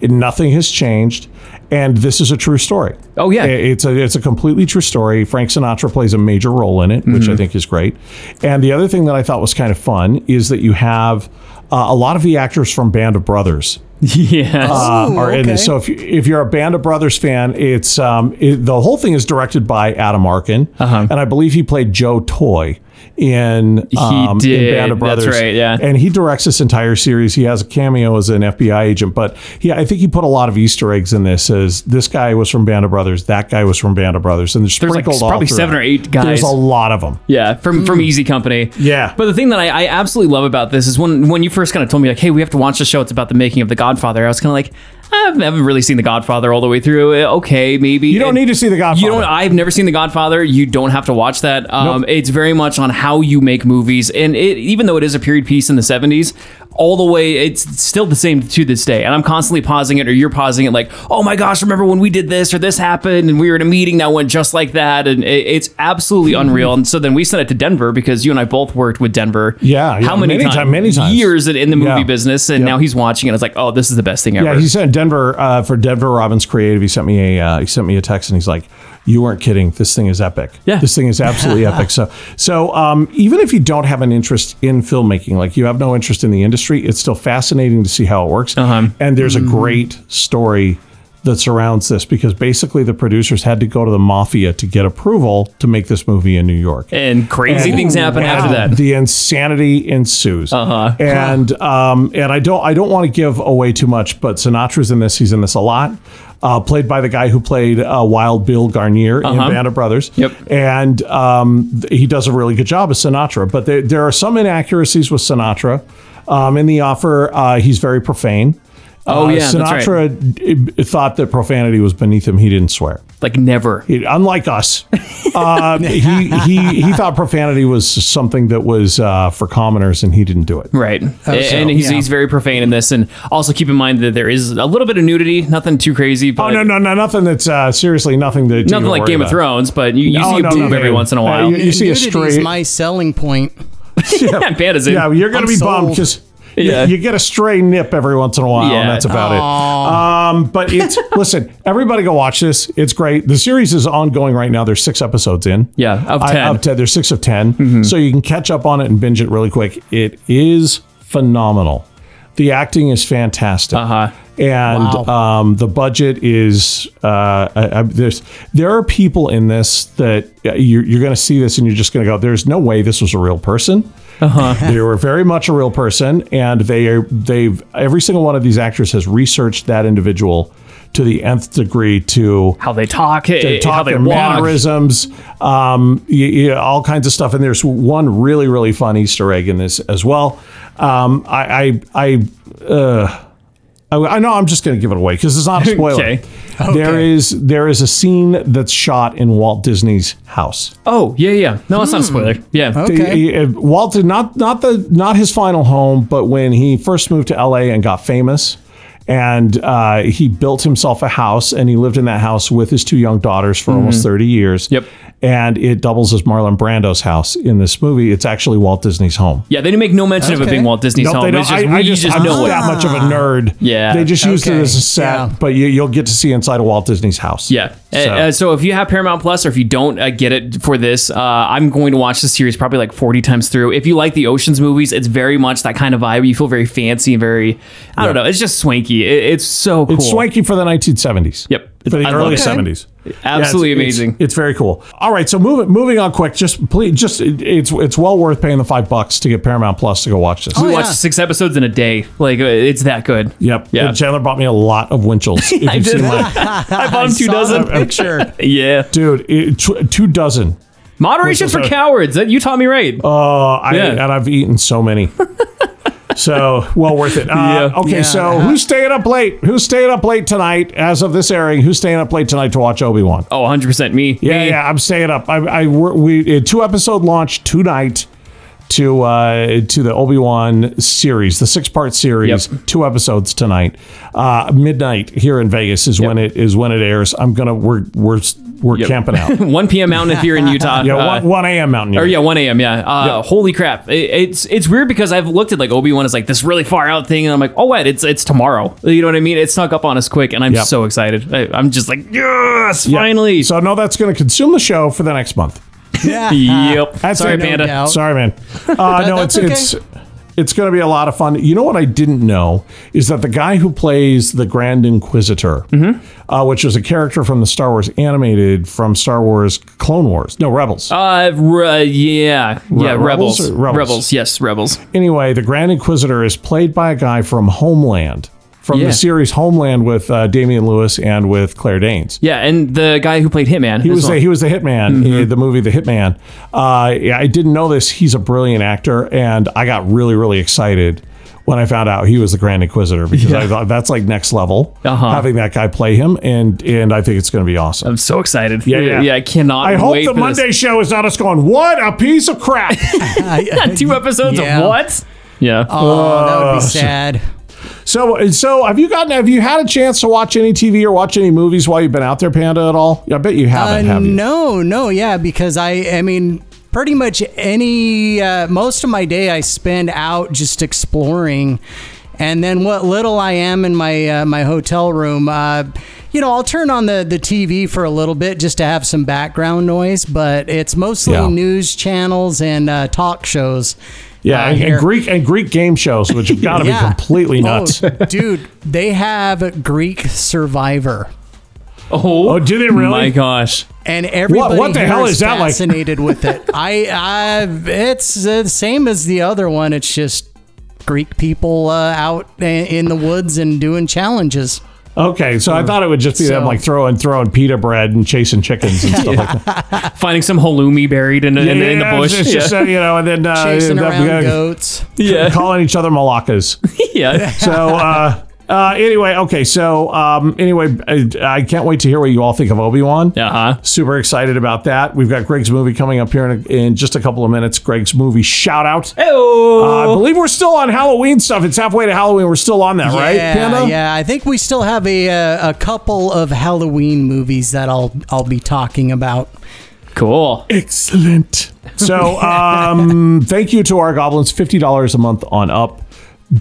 It- nothing has changed and this is a true story Oh, yeah. I- it's a it's a completely true story frank sinatra plays a major role in it which Mm-hmm. i think is great and the other thing that i thought was kind of fun is that you have uh, a lot of the actors from band of brothers Yes. uh, Ooh, are in this. okay. So if you, if you're a Band of Brothers fan, it's um, it, the whole thing is directed by Adam Arkin, Uh-huh. and I believe he played Joe Toy in um, in did. Band of That's Brothers. right, yeah. and he directs this entire series. He has a cameo as an FBI agent, but he I think he put a lot of Easter eggs in this. As this guy was from Band of Brothers, that guy was from Band of Brothers, and they're There's like sprinkled all probably throughout. seven or eight guys. There's a lot of them. Yeah, from from Easy Company. hmm. Yeah. But the thing that I, I absolutely love about this is when when you first kind of told me like, hey, we have to watch the show. It's about the making of The Godfather. I was kind of like, I haven't really seen The Godfather all the way through. Eh, Okay, maybe You don't need to see The Godfather. You don't. I've never seen The Godfather. You don't have to watch that. Um, It's very much on how you make movies, and it even though it is a period piece in the '70s, all the way it's still the same to this day. And I'm constantly pausing it, or you're pausing it, like, oh my gosh, remember when we did this or this happened, and we were in a meeting that went just like that, and it, it's absolutely Mm-hmm. unreal. And so then we sent it to Denver because you and I both worked with Denver. Yeah, yeah, how many, many times? time- many times. Years in, in the movie Yeah. business, and now he's watching it. It's like, oh, this is the best thing ever. Yeah, he sent Denver uh, for Denver Robbins Creative. He sent me a uh, he sent me a text and he's like, "You weren't kidding. This thing is epic. Yeah. this thing is (laughs) absolutely epic." So, so um, even if you don't have an interest in filmmaking, like you have no interest in the industry, it's still fascinating to see how it works. Uh-huh. And there's a great story that surrounds this because basically the producers had to go to the mafia to get approval to make this movie in New York. and crazy And- things happen and after that. The insanity ensues. Uh-huh. And um, and I don't I don't want to give away too much, but Sinatra's in this. He's in this a lot. Uh, played by the guy who played uh, Wild Bill Garnier in Band of Brothers. Uh-huh. Yep. And um, th- he does a really good job as Sinatra, but there, there are some inaccuracies with Sinatra. Um, in the offer, uh, he's very profane. Oh, Uh, yeah, that's right. Sinatra d- thought that profanity was beneath him. He didn't swear. Like never. He- unlike (laughs) us, uh, he, he he thought profanity was something that was uh, for commoners, and he didn't do it. Right. and he's, yeah. he's very profane in this. And also keep in mind that there is a little bit of nudity, nothing too crazy, but Oh no, no, no, nothing that's uh, seriously nothing that nothing like Game of Thrones, but you, you No, see a Oh, no, boob no, every no. once in a Uh, while. you- you see a Nudity's straight. my selling point. (laughs) (laughs) yeah, Panda's in. Yeah, well, you're gonna I'm be bummed sold. because. Yeah. You get a stray nip every once in a while, and Yeah. that's about it. Um, but (laughs) it's listen, everybody go watch this. It's great. The series is ongoing right now. There's six episodes in. Yeah, of Mm-hmm. I- 10. of ten. There's six of 10 so you can catch up on it and binge it really quick. It is phenomenal. The acting is fantastic. Uh-huh. And um, the budget is uh, I, I, there's there are people in this that uh, you're, you're going to see this and you're just going to go. There's no way this was a real person. Uh-huh. (laughs) they were very much a real person, and they are they've every single one of these actors has researched that individual to the nth degree to How they talk, eh, they talk, how they their walk. mannerisms, um, you, you- all kinds of stuff. And there's one really, really fun Easter egg in this as well. Um, I, I, I, uh, I, I know I'm just going to give it away because it's (laughs) not a spoiler. Okay. There is there is a scene that's shot in Walt Disney's house. Oh, yeah, yeah. No, Hmm. it's not a spoiler. Yeah. Oh. Okay. He- he- Walt did not not the not his final home, but when he first moved to LA and got famous, and uh, he built himself a house, and he lived in that house with his two young daughters for almost thirty years. Mm-hmm. Yep. And it doubles as Marlon Brando's house in this movie. It's actually Walt Disney's home. Yeah, they didn't make no mention of it Okay. being Walt Disney's Nope, home. they It's don't- just, we, you just I'm know not it. Ah. that much of a nerd. Yeah. They just used it Okay. as a set, Yeah. but you, you'll get to see inside of Walt Disney's house. Yeah. So. So- Uh, so if you have Paramount Plus, or if you don't, uh, get it for this. Uh, I'm going to watch the series probably like 40 times through. If you like the Ocean's movies, it's very much that kind of vibe. You feel very fancy and very, I don't know. It's just swanky. It, it's so cool. It's swanky for the 1970s. Yep. For the I love early it. 70s. Absolutely Yeah, it's- amazing. It's, it's very cool. All right, so moving moving on quick. Just please, just it- it's it's well worth paying the five bucks to get Paramount Plus to go watch this. we yeah. watched six episodes in a day. Like uh, it's that good. Yep. Yeah. And Chandler bought me a lot of (laughs) Winchels. If I you've did. seen my, I bought him two Saw the dozen. (laughs) picture. Yeah. dude, it, tw- two dozen. Moderation for (laughs) are- cowards. That you taught me right. Uh, I, Yeah. And I've eaten so (laughs) many. so well worth it. Uh, Yeah. Okay, Yeah. so who's staying up late? Who's staying up late tonight? As of this airing, who's staying up late tonight to watch Obi Wan? oh, 100% me. Yeah, Me. (laughs) yeah, I'm staying up. I, I we're- we uh, two episode launch tonight. to uh, to the Obi Wan series, the six part series, Yep. two episodes tonight. Uh, midnight here in Vegas is when it is when it airs. I'm gonna we're we're we're Yep. camping out. 1 p.m. Mountain if you're in Utah. Yeah, (laughs) uh, one, one a.m. Mountain. Or Dew. yeah, 1 a.m. Yeah. Uh, Holy crap! It, it's it's weird because I've looked at like Obi Wan is like this really far out thing, and I'm like, oh what? It's it's tomorrow. You know what I mean? It snuck up on us quick, and I'm Yep. so excited. I, I'm just like, yes, Yeah. finally. So no, that's gonna consume the show for the next month. Yeah. (laughs) yep. That's Sorry, it. No Panda. doubt. out. Sorry, (laughs) man. Uh, no, it's that's okay. it's it's going to be a lot of fun. You know what I didn't know is that the guy who plays the Grand Inquisitor, uh, which is a character from the Star Wars animated from Star Wars Clone Wars, no Rebels. Uh, re- yeah, yeah, Rebels rebels, or Rebels? yes, rebels. anyway, the Grand Inquisitor is played by a guy from Homeland, from Yeah. the series Homeland with uh, Damian Lewis and with Claire Danes. Yeah, and the guy who played Hitman, He was the, he was the hitman in Mm-hmm. the movie The Hitman. Uh, yeah, I didn't know this. He's a brilliant actor, and I got really really excited when I found out he was the Grand Inquisitor because I thought that's like next level Uh-huh. having that guy play him, and and I think it's going to be awesome. I'm so excited. yeah. I cannot. I hope wait the for Monday (laughs) this. show is not us going. What a piece of (laughs) crap! I- two episodes Yeah. of what? Yeah. oh, that would be sad. so so have you gotten have you had a chance to watch any TV or watch any movies while you've been out there, Panda? At all? I bet you haven't. Uh, have you? No, no, yeah, because I, I mean, pretty much any, uh, most of my day I spend out just exploring, and then what little I am in my uh, my hotel room, uh, you know, I'll turn on the the TV for a little bit just to have some background noise, but it's mostly Yeah. news channels and uh, talk shows. Yeah, uh, and, and here. Greek and Greek game shows, which have got to (laughs) Yeah. be completely nuts. (laughs) Oh, dude, they have Greek Survivor. oh, Oh, do they really? My gosh. and everybody what the here hell is that like? fascinated with it. (laughs) I, I, it's the same as the other one. It's just Greek people uh, out i- in the woods and doing challenges. Okay, so Mm. I thought it would just be them So- like throwing throwing pita bread and chasing chickens (laughs) and stuff like that. Finding some halloumi buried in, a, in, the- in the Yeah, bush. it's just, yeah. uh, you know, and then uh, Chasing that- around uh, goats. yeah. calling each other malakas. (laughs) yeah. So. Uh, Uh, anyway, okay, so um, anyway, I, I can't wait to hear what you all think of Obi Wan. Uh huh. Super excited about that. We've got Greg's movie coming up here in, in just a couple of minutes. Greg's movie shout out. I Oh. believe we're still on Halloween stuff. It's halfway to Halloween. We're still on that, (laughs) right, yeah, Panda? yeah. I think we still have a, uh, a a couple of Halloween movies that I'll I'll be talking about. Uh, cool. Excellent. So, um, thank you to our goblins. Fifty dollars a month on up.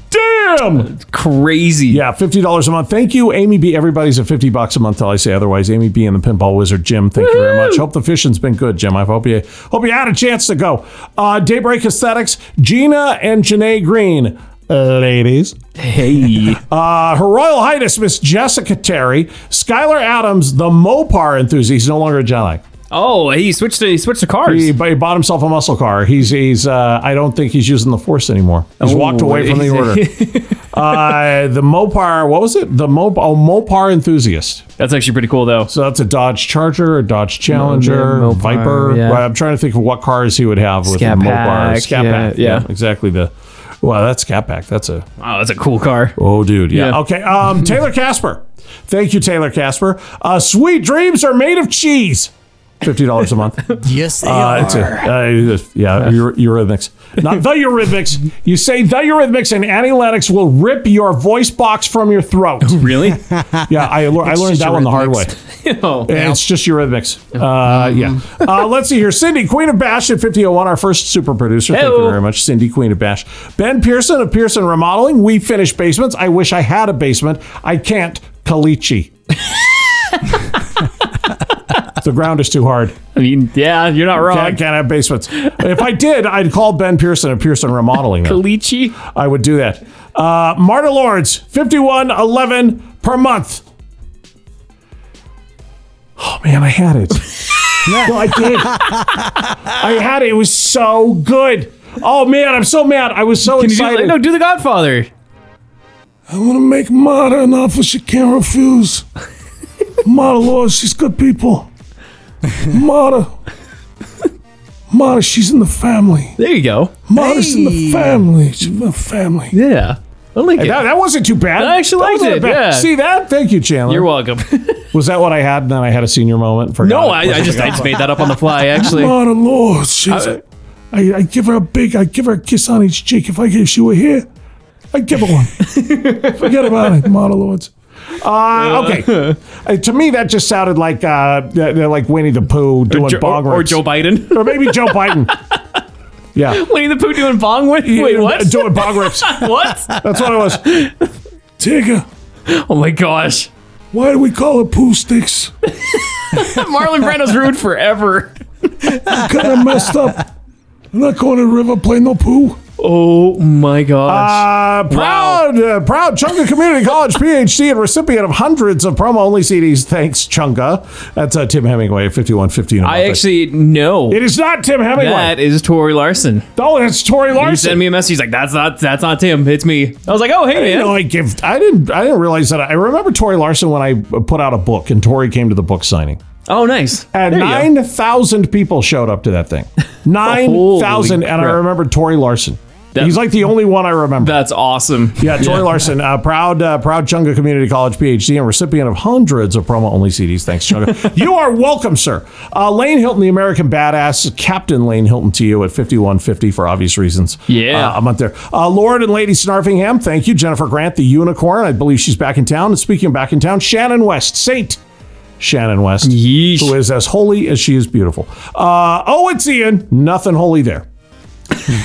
Damn. Crazy. Yeah, fifty dollars a month. Thank you, Amy B. Everybody's at fifty bucks a month till I say otherwise. Amy B. and the Pinball Wizard Jim. Thank you very much. Hope the fishing's been good, Jim. I hope you hope you had a chance to go. Uh, Daybreak Aesthetics. Gina and Janae Green. Ladies. Hey. (laughs) Uh, Her Royal Highness Miss Jessica Terry. Skylar Adams, the Mopar enthusiast. He's no longer a Jedi. oh, he switched. To, he switched to cars. He, but he bought himself a muscle car. He's he's. Uh, I don't think he's using the force anymore. He's walked Ooh, away from (laughs) the he's- order. uh, the Mopar. What was it? The Mop. Oh, Mopar enthusiast. That's actually pretty cool, though. So that's a Dodge Charger, a Dodge Challenger, Mopar, Viper. yeah. Well, I'm trying to think of what cars he would have with Scat a Mopar. Pack, Scat yeah, Pack. yeah. exactly the. Wow, that's Scat Pack. That's a Oh, that's a (laughs) cool car. Oh, dude. Yeah. Yeah. Okay. (laughs) Um, Taylor Casper. Thank you, Taylor Casper. Uh, sweet dreams are made of cheese. Fifty dollars a (laughs) month. Yes, they Uh, are. it's a, uh, yeah, Eur- Eurythmics. Not the Eurythmics. You say the Eurythmics, and Annie Lennox will rip your voice box from your throat. Really? Yeah, I, lear- I learned just that one the hard way. Eurythmics. (laughs) oh. And It's just Eurythmics. Uh, yeah. Uh, let's see here. Cindy, Queen of Bash at 5001, our first super producer. Thank you Hello. very much, Cindy, Queen of Bash. Ben Pearson of Pearson Remodeling. We finish basements. I wish I had a basement. I can't. Kalichi. (laughs) the ground is too hard. I mean, yeah, you're not I wrong. can't have basements. If I did, I'd call Ben Pearson of Pearson Remodeling. though. Lychee. I would do that. Uh, Marta Lords, fifty-one eleven per month. Oh man, I had (laughs) it. no, I did. I had it. It was so good. Oh man, I'm so mad. I was so Can you do, excited. no, do the Godfather. I'm gonna make Marta an offer she can't refuse. Marta Lords, she's good people. Marta. Marta, she's in the family. There you go. Marta's in the Hey. family. She's in the family. Yeah. I like it. That, that wasn't too bad. I actually That liked wasn't it, bad. yeah. See that? Thank you, Chandler. (laughs) You're welcome. Was that what I had? And then I had a senior moment. Forgot (laughs) no, it. (laughs) I, I just I just made that up on the fly. Actually, Marta Lord, she's. I, I give her a big, I give her a kiss on each cheek. If I if she were here, I'd give (laughs) her one. Forget about it, monologues. Uh, okay, Uh, to me that just sounded like uh, they're- they're like Winnie the Pooh doing Jo- bong or, or rips. Joe Biden. (laughs) or maybe Joe Biden. Yeah, uh, Winnie the Pooh doing bong with? Wait, what? Doing bong rips. (laughs) what? (laughs) That's what it was. Tigger, Oh my gosh. why do we call it poo sticks? Marlon Brando's ruined forever. Kind of messed up. I'm not going to the river playing no poo. Oh my gosh. Uh, proud, uh, proud Chunga Community College PhD and recipient of hundreds of promo only CDs. Thanks, Chunga. That's uh, Tim Hemingway, 5115. I actually know It is not Tim Hemingway. that is Tori Larson. oh, it's Tori He sent Larson. me a message. He's like, "That's not that's not Tim. It's me." I was like, "Oh, hey You man." know, I give. I didn't. I didn't realize that. I remember Tori Larson when I put out a book, and Tori came to the book signing. Oh, nice. And There you go. nine thousand people showed up to that (laughs) thing. Nine thousand, and I crap. remember Tori Larson. That- He's like the only one I remember. That's awesome. yeah, Tori Larson, uh, proud uh, proud Chunga Community College PhD and recipient of hundreds of promo only CDs. Thanks, (laughs) Chunga. you are welcome, sir. Uh, Lane Hilton, the American badass, Captain Lane Hilton to you at fifty one fifty for obvious reasons. Yeah. uh, I'm not there. Uh, Lord and Lady Snarfingham, thank you. Jennifer Grant, the unicorn. I believe she's back in town. And speaking of back in town, Shannon West, Saint Shannon West Yeesh. who is as holy as she is beautiful. Uh, oh, it's Ian. Nothing holy (laughs) there.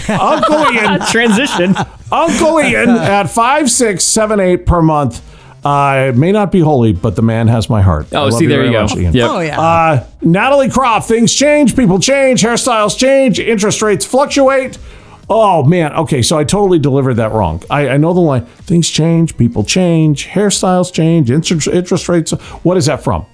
Uncle Ian, Transition. Uncle Ian at five, six, seven, eight per month. Uh, it may not be holy, but the man has my heart. I Oh, love see, you there very you go. much, Ian. Yep. Oh yeah. Uh, Natalie Croft, things change, people change, hairstyles change, interest rates fluctuate. Oh man, okay, so I totally delivered that wrong. I, I know the line things change, people change, hairstyles change, interest, interest rates. What is that from?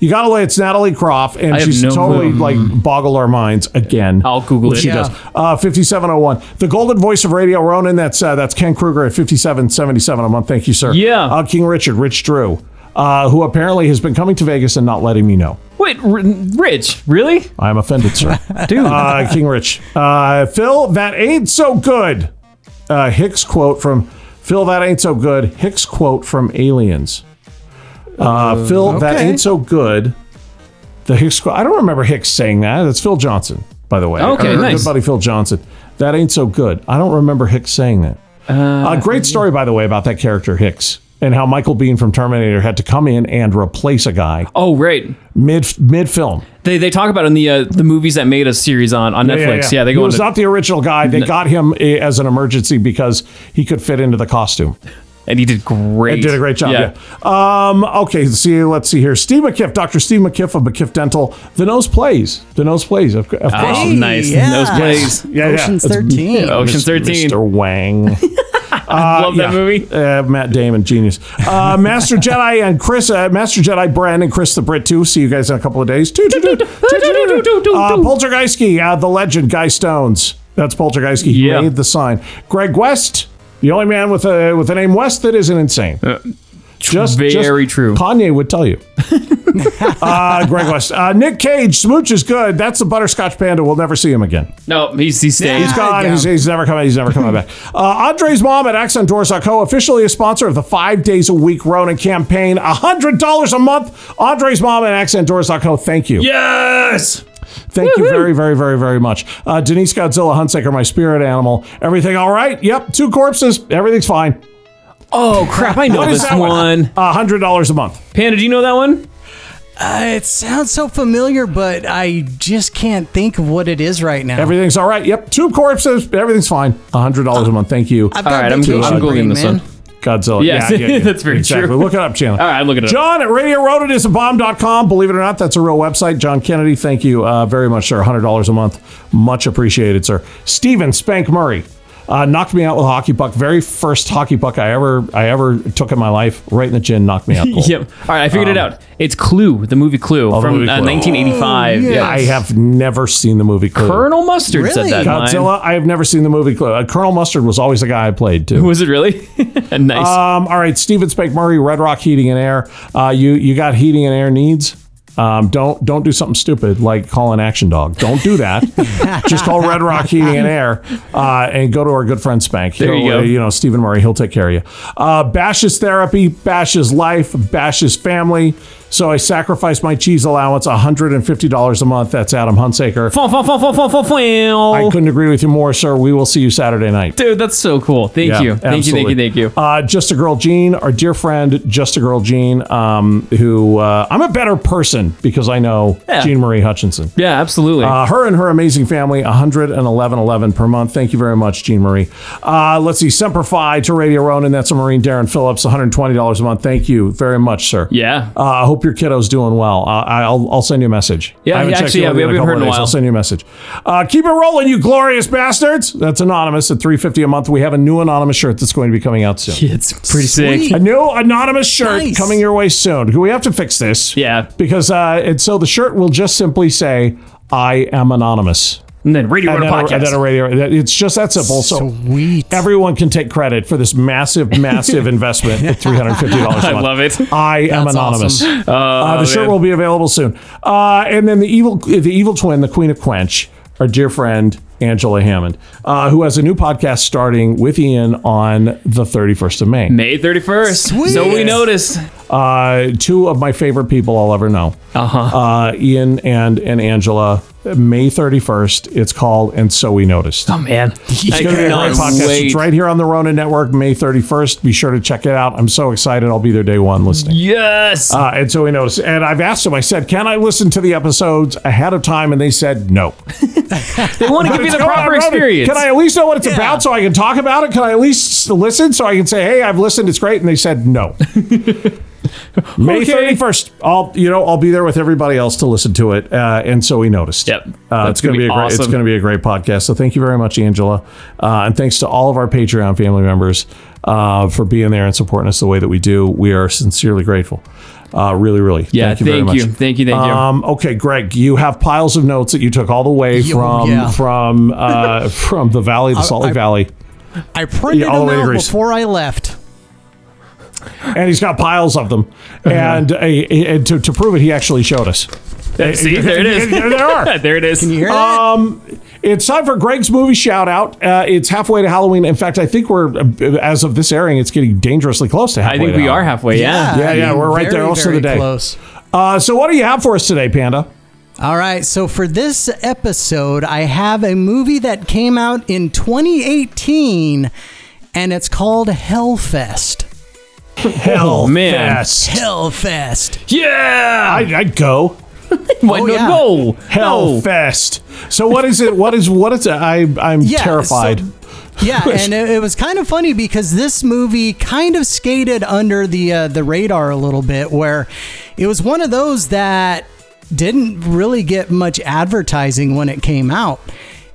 You gotta lay it's Natalie Croft, and have she's no totally clue. Mm-hmm. like boggle our minds again. I'll Google Which it. She Yeah. does. Uh, 5701. The Golden Voice of Radio Ronin, that's uh, that's Ken Kruger at 5777 a month. Thank you, sir. Yeah. Uh, King Richard, Rich Drew, uh, who apparently has been coming to Vegas and not letting me know. Wait, R- Rich, really? I'm offended, sir. (laughs) Dude. uh, King Rich. Uh, Phil, that ain't so good. Uh, Hicks quote from Phil, that ain't so good. Hicks quote from Aliens. Uh, Phil, that okay. ain't so good. The Hicks quote. I don't remember Hicks saying that. That's Phil Johnson, by the way. Okay, Our good nice. buddy Phil Johnson. That ain't so good. I don't remember Hicks saying that. Uh, A great story, by the way, about that character Hicks and how Michael Bean from Terminator had to come in and replace a guy oh, right. mid mid film. They, they talk about it in the uh, the movies that made a series on, on Netflix. Yeah, they he go was into not the original guy. They got him eh, as an emergency because he could fit into the costume. and he did great. It did a great job. Yeah. Um, okay. See. Let's see here. Steve McKiff, Doctor Steve McKiff of McKiff Dental. The nose plays. The nose plays. Of, of course. Oh, Hey, nice. yeah. Those plays. Yeah. Ocean's Thirteen. Ocean's Thirteen. Mr. Wang. I love Yeah. that movie. Uh, Matt Damon, genius. (laughs) Uh, Master Jedi and Chris, uh, Master Jedi Brand and Chris the Brit too. See you guys in a couple of days. Toot, toot, toot, toot, toot, toot, toot, toot. Uh, Poltergeisty, uh, the legend, Guy Stones. That's Poltergeisty. He Yeah. made the sign. Greg West, the only man with a with the name West that isn't insane. just Uh, very true. Kanye would tell (laughs) you. uh, Greg West, uh, Nick Cage, Smooch is good. That's the Butterscotch Panda. We'll never see him again. No, he's he stays. He's gone. Yeah. He's, he's never coming. He's never coming back. Uh, Andre's mom at AccentDoors.co, officially a sponsor of the five days a week Ronin campaign. $100 a month. Andre's mom at AccentDoors.co. Thank you. Yes. Thank you very, very, very, very much. Uh, Denise Godzilla, Huntsaker, my spirit animal. Everything all right? Yep. Two corpses. Everything's fine. Oh crap! I know What is this that one. Uh, $100 a month. Panda, do you know that one? Uh, it sounds so familiar, but I just can't think of what it is right now. Everything's all right. Yep. Two corpses. Everything's fine. $100 a month. Thank you. I've All got right, I'm vacation Googling- I'm Googling brain, this man. one. Godzilla. Yes, (laughs) that's very exactly. true. Look it up, Channel. All right, I'm looking it up. John at RadioRoaditisamBomb.com. Believe it or not, that's a real website. John Kennedy, thank you uh, very much, sir. $100 a month. Much appreciated, sir. Steven Spank Murray. Uh, knocked me out with a hockey puck. Very first hockey puck I ever I ever took in my life. Right in the chin, knocked me (laughs) out. cold. Yep. All right, I figured it out. It's Clue, the movie Clue the from movie Uh, Um, Clue. 1985. Oh, yeah. I have never seen the movie Clue. Colonel Mustard said Really? that. line. Godzilla. I have never seen the movie Clue. Uh, Colonel Mustard was always the guy I played too. (laughs) Was it really? (laughs) nice. Um, all right, Stephen Spake Murray, Red Rock Heating and Air. Uh, you you got heating and air needs. Um, don't don't do something stupid like call an action dog. Don't do that. Just call Red Rock Heating and Air uh, and go to our good friend Spank. There you He'll, go. uh, you know Stephen Murray. He'll take care of you. Uh, Bash's therapy, Bash's life, Bash's family. So I sacrificed my cheese allowance, $150 a month. That's Adam Hunsaker. Fwah, fwah, fwah, fwah, fwah, fwah. I couldn't agree with you more, sir. We will see you Saturday night. Dude, that's so cool. Thank Yeah, you. Thank you, absolutely. thank you, thank you. Uh, Just a Girl Jean, our dear friend, Just a Girl Jean, um, who uh, I'm a better person because I know Yeah. Jean Marie Hutchinson. Yeah, absolutely. Uh, her and her amazing family, 111.11 per month. Thank you very much, Jean Marie. Uh, let's see, Semper Fi to Radio Ronin. That's a Marine Darren Phillips, $120 a month. Thank you very much, sir. yeah. Uh, I hope your kiddo's doing well. Uh, I'll, I'll send you a message. Yeah, I haven't yeah, checked actually, you yeah, in we a haven't couple heard in a of days. while. I'll send you a message. Uh, keep it rolling, you glorious bastards. That's anonymous at 350 a month. We have a new anonymous shirt that's going to be coming out soon. (laughs) it's pretty sick. Sweet. A new anonymous shirt Nice. coming your way soon. We have to fix this. Yeah. Because, uh, and so the shirt will just simply say, I am anonymous. And then Radio And Ronin then, a, and Podcast. then a radio. It's just that simple. So Sweet. everyone can take credit for this massive, massive (laughs) investment at $350 a month. I love it. Oh, I am That's anonymous. awesome. Uh, the shirt man. will be available soon. Uh, and then the evil, the evil twin, the Queen of Quench, our dear friend Angela Hammond, uh, who has a new podcast starting with Ian on the 31st of May. May 31st. Sweet. So we noticed. Uh, two of my favorite people I'll ever know, Uh-huh. uh, Ian and and Angela. May 31st. It's called And So We Noticed. Oh, man. I It's going to be a cannot great podcast. wait. It's right here on the Ronin Network, May 31st. Be sure to check it out. I'm so excited. I'll be there day one listening. Yes. Uh, and so he noticed. And I've asked him, I said, can I listen to the episodes ahead of time? And they said, no. they (laughs) want to give you It's the going on, proper Ronan. experience. Can I at least know what it's about so I can talk about it? Can I at least listen so I can say, hey, I've listened. It's great. And they said, (laughs) no. May Okay. 31st, I'll, you know, I'll be there with everybody else to listen to it. Uh, and so he noticed. Yep. Uh, That's it's going to be, gonna be a great, it's awesome. going to be a great podcast. So thank you very much, Angela. Uh, and thanks to all of our Patreon family members uh, for being there and supporting us the way that we do. We are sincerely grateful. Uh, really, really. yeah, thank you very much. Thank you, thank you. Um, okay, Greg, you have piles of notes that you took all the way Yo, from yeah. from (laughs) uh, from the valley, the Salt Lake I- Valley, I printed Yeah, all the them way to out Greece. before I left. and he's got piles of them. Uh-huh. And, uh, and to, to prove it, he actually showed (laughs) us. (laughs) See, there it (laughs) is. (laughs) There they are. there it is. Can Oh, you hear that? It's time for Greg's movie shout out. Uh, it's halfway to Halloween. In fact, I think we're uh, as of this airing, it's getting dangerously close to halfway. I think to we are Halloween. halfway. Yeah. yeah, I yeah, mean, we're right there, very, almost to very the day. Close. Uh, so, what do you have for us today, Panda? All right, so for this episode, I have a movie that came out in 2018 and it's called Hellfest. Hell, man. fest. Hellfest. Yeah. I, I'd go. Why, Oh, no, yeah. no. No. Hellfest. So what is it? What is what is it? I I'm (laughs) Yeah, terrified. so- Yeah, and it, it was kind of funny because this movie kind of skated under the uh, the radar a little bit, where it was one of those that didn't really get much advertising when it came out.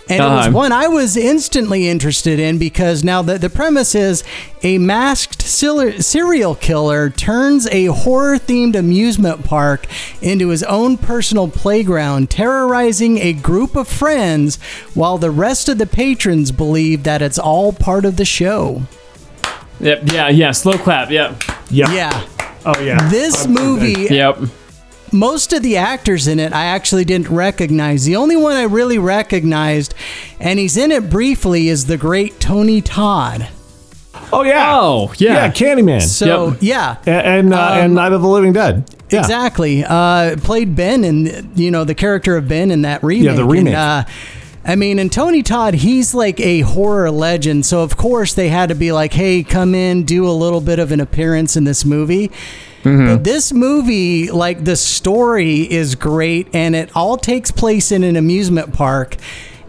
And it was Uh-huh. one I was instantly interested in because now the, the premise is a masked sil- serial killer turns a horror themed amusement park into his own personal playground, terrorizing a group of friends while the rest of the patrons believe that it's all part of the show. Yep. Yeah. Yeah. Slow clap. Yep. Yeah. Oh yeah. This movie Yep. most of the actors in it I actually didn't recognize. The only one I really recognized, and he's in it briefly, is the great Tony Todd. Oh yeah. Oh, yeah. Yeah. Candyman. So um, Yep. yeah, A- and uh, and Night of the Living Dead. Yeah. exactly. Uh, played Ben and you know the character of Ben in that remake. the remake. And, uh, I mean, and Tony Todd, he's like a horror legend. So of course they had to be like, hey, come in, do a little bit of an appearance in this movie. But this movie, like the story is great, and it all takes place in an amusement park,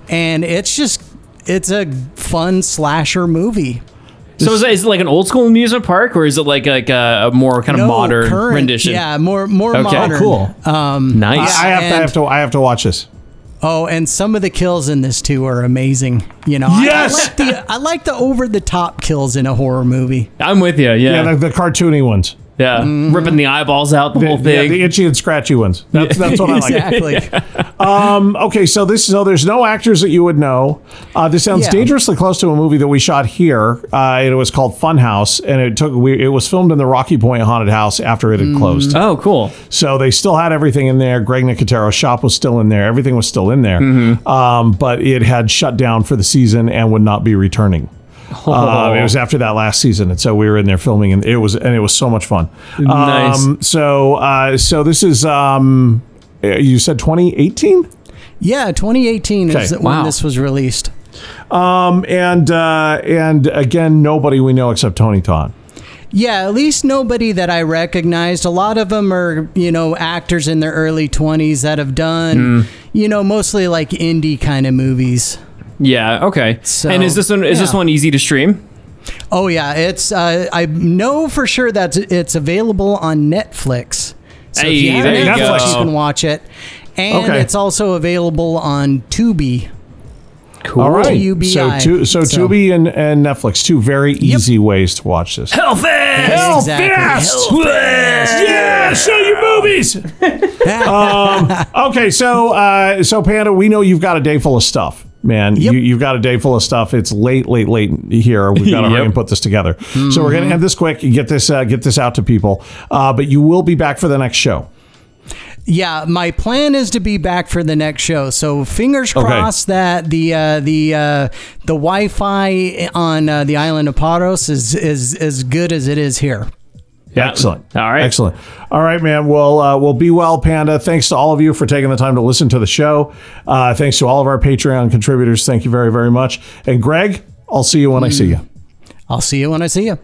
and it's just it's a fun slasher movie. So is, it- is it like an old school amusement park, or is it like like uh, a, a more kind of No, modern current. rendition? yeah, more more Okay. modern. Oh, Cool. Nice. I have to I Uh, and- have to I have to watch this. Oh, and some of the kills in this too are amazing. You know, Yes! I, I like the I like the over the top kills in a horror movie. I, am with you. Yeah. Yeah, Yeah. the, the cartoony ones. Mm-hmm. Ripping the eyeballs out, the, The, whole the- thing. the itchy and scratchy ones. That's that's what I like. Exactly. Um, okay, so this so there's no actors that you would know. Uh, this sounds Yeah. dangerously close to a movie that we shot here. Uh, it was called Funhouse, and it took we, it was filmed in the Rocky Point haunted house after it had Mm. closed. oh, cool. So they still had everything in there. Greg Nicotero's shop was still in there. Everything was still in there. Um, but it had shut down for the season and would not be returning. Um, it was after that last season, and so we were in there filming, and it was and it was so much fun. Nice. Um, so uh, so this is um, uh, you said 2018. Yeah, 2018 is Okay. when Wow. this was released. Um, and uh, and again, nobody we know except Tony Todd. Yeah, at least nobody that I recognized. A lot of them are, you know, actors in their early 20s that have done, Mm. you know, mostly like indie kind of movies. Yeah. Okay. So- and is this one is this yeah. one easy to stream? Oh yeah, it's uh, I know for sure that it's available on Netflix. So if you Hey, have there you Netflix, go. you can watch it, and Okay. it's also available on Tubi. Cool. All right, TUBI. so tu- so, So- Tubi and, and Netflix, two very easy ways to watch this. Hellfest. Exactly. Oh, (laughs) Yeah, show your movies. um, okay, so uh, so Panda, we know you've got a day full of stuff, man. You, you've got a day full of stuff. It's late, late, late here. We've got to hurry Yep. Mm-hmm. and put this together. So we're gonna end this quick and get this uh, get this out to people. Uh, but you will be back for the next show. Yeah, my plan is to be back for the next show. So fingers crossed that the uh, the uh, the Wi-Fi on uh, the island of Paros is is as good as it is here. Yeah. Excellent. All right. Excellent. All right, man. Well, uh, well, be well, Panda. Thanks to all of you for taking the time to listen to the show. Uh, thanks to all of our Patreon Mm. contributors. Thank you very, very much. And Greg, I'll see you when I see you. I'll see you when I see you.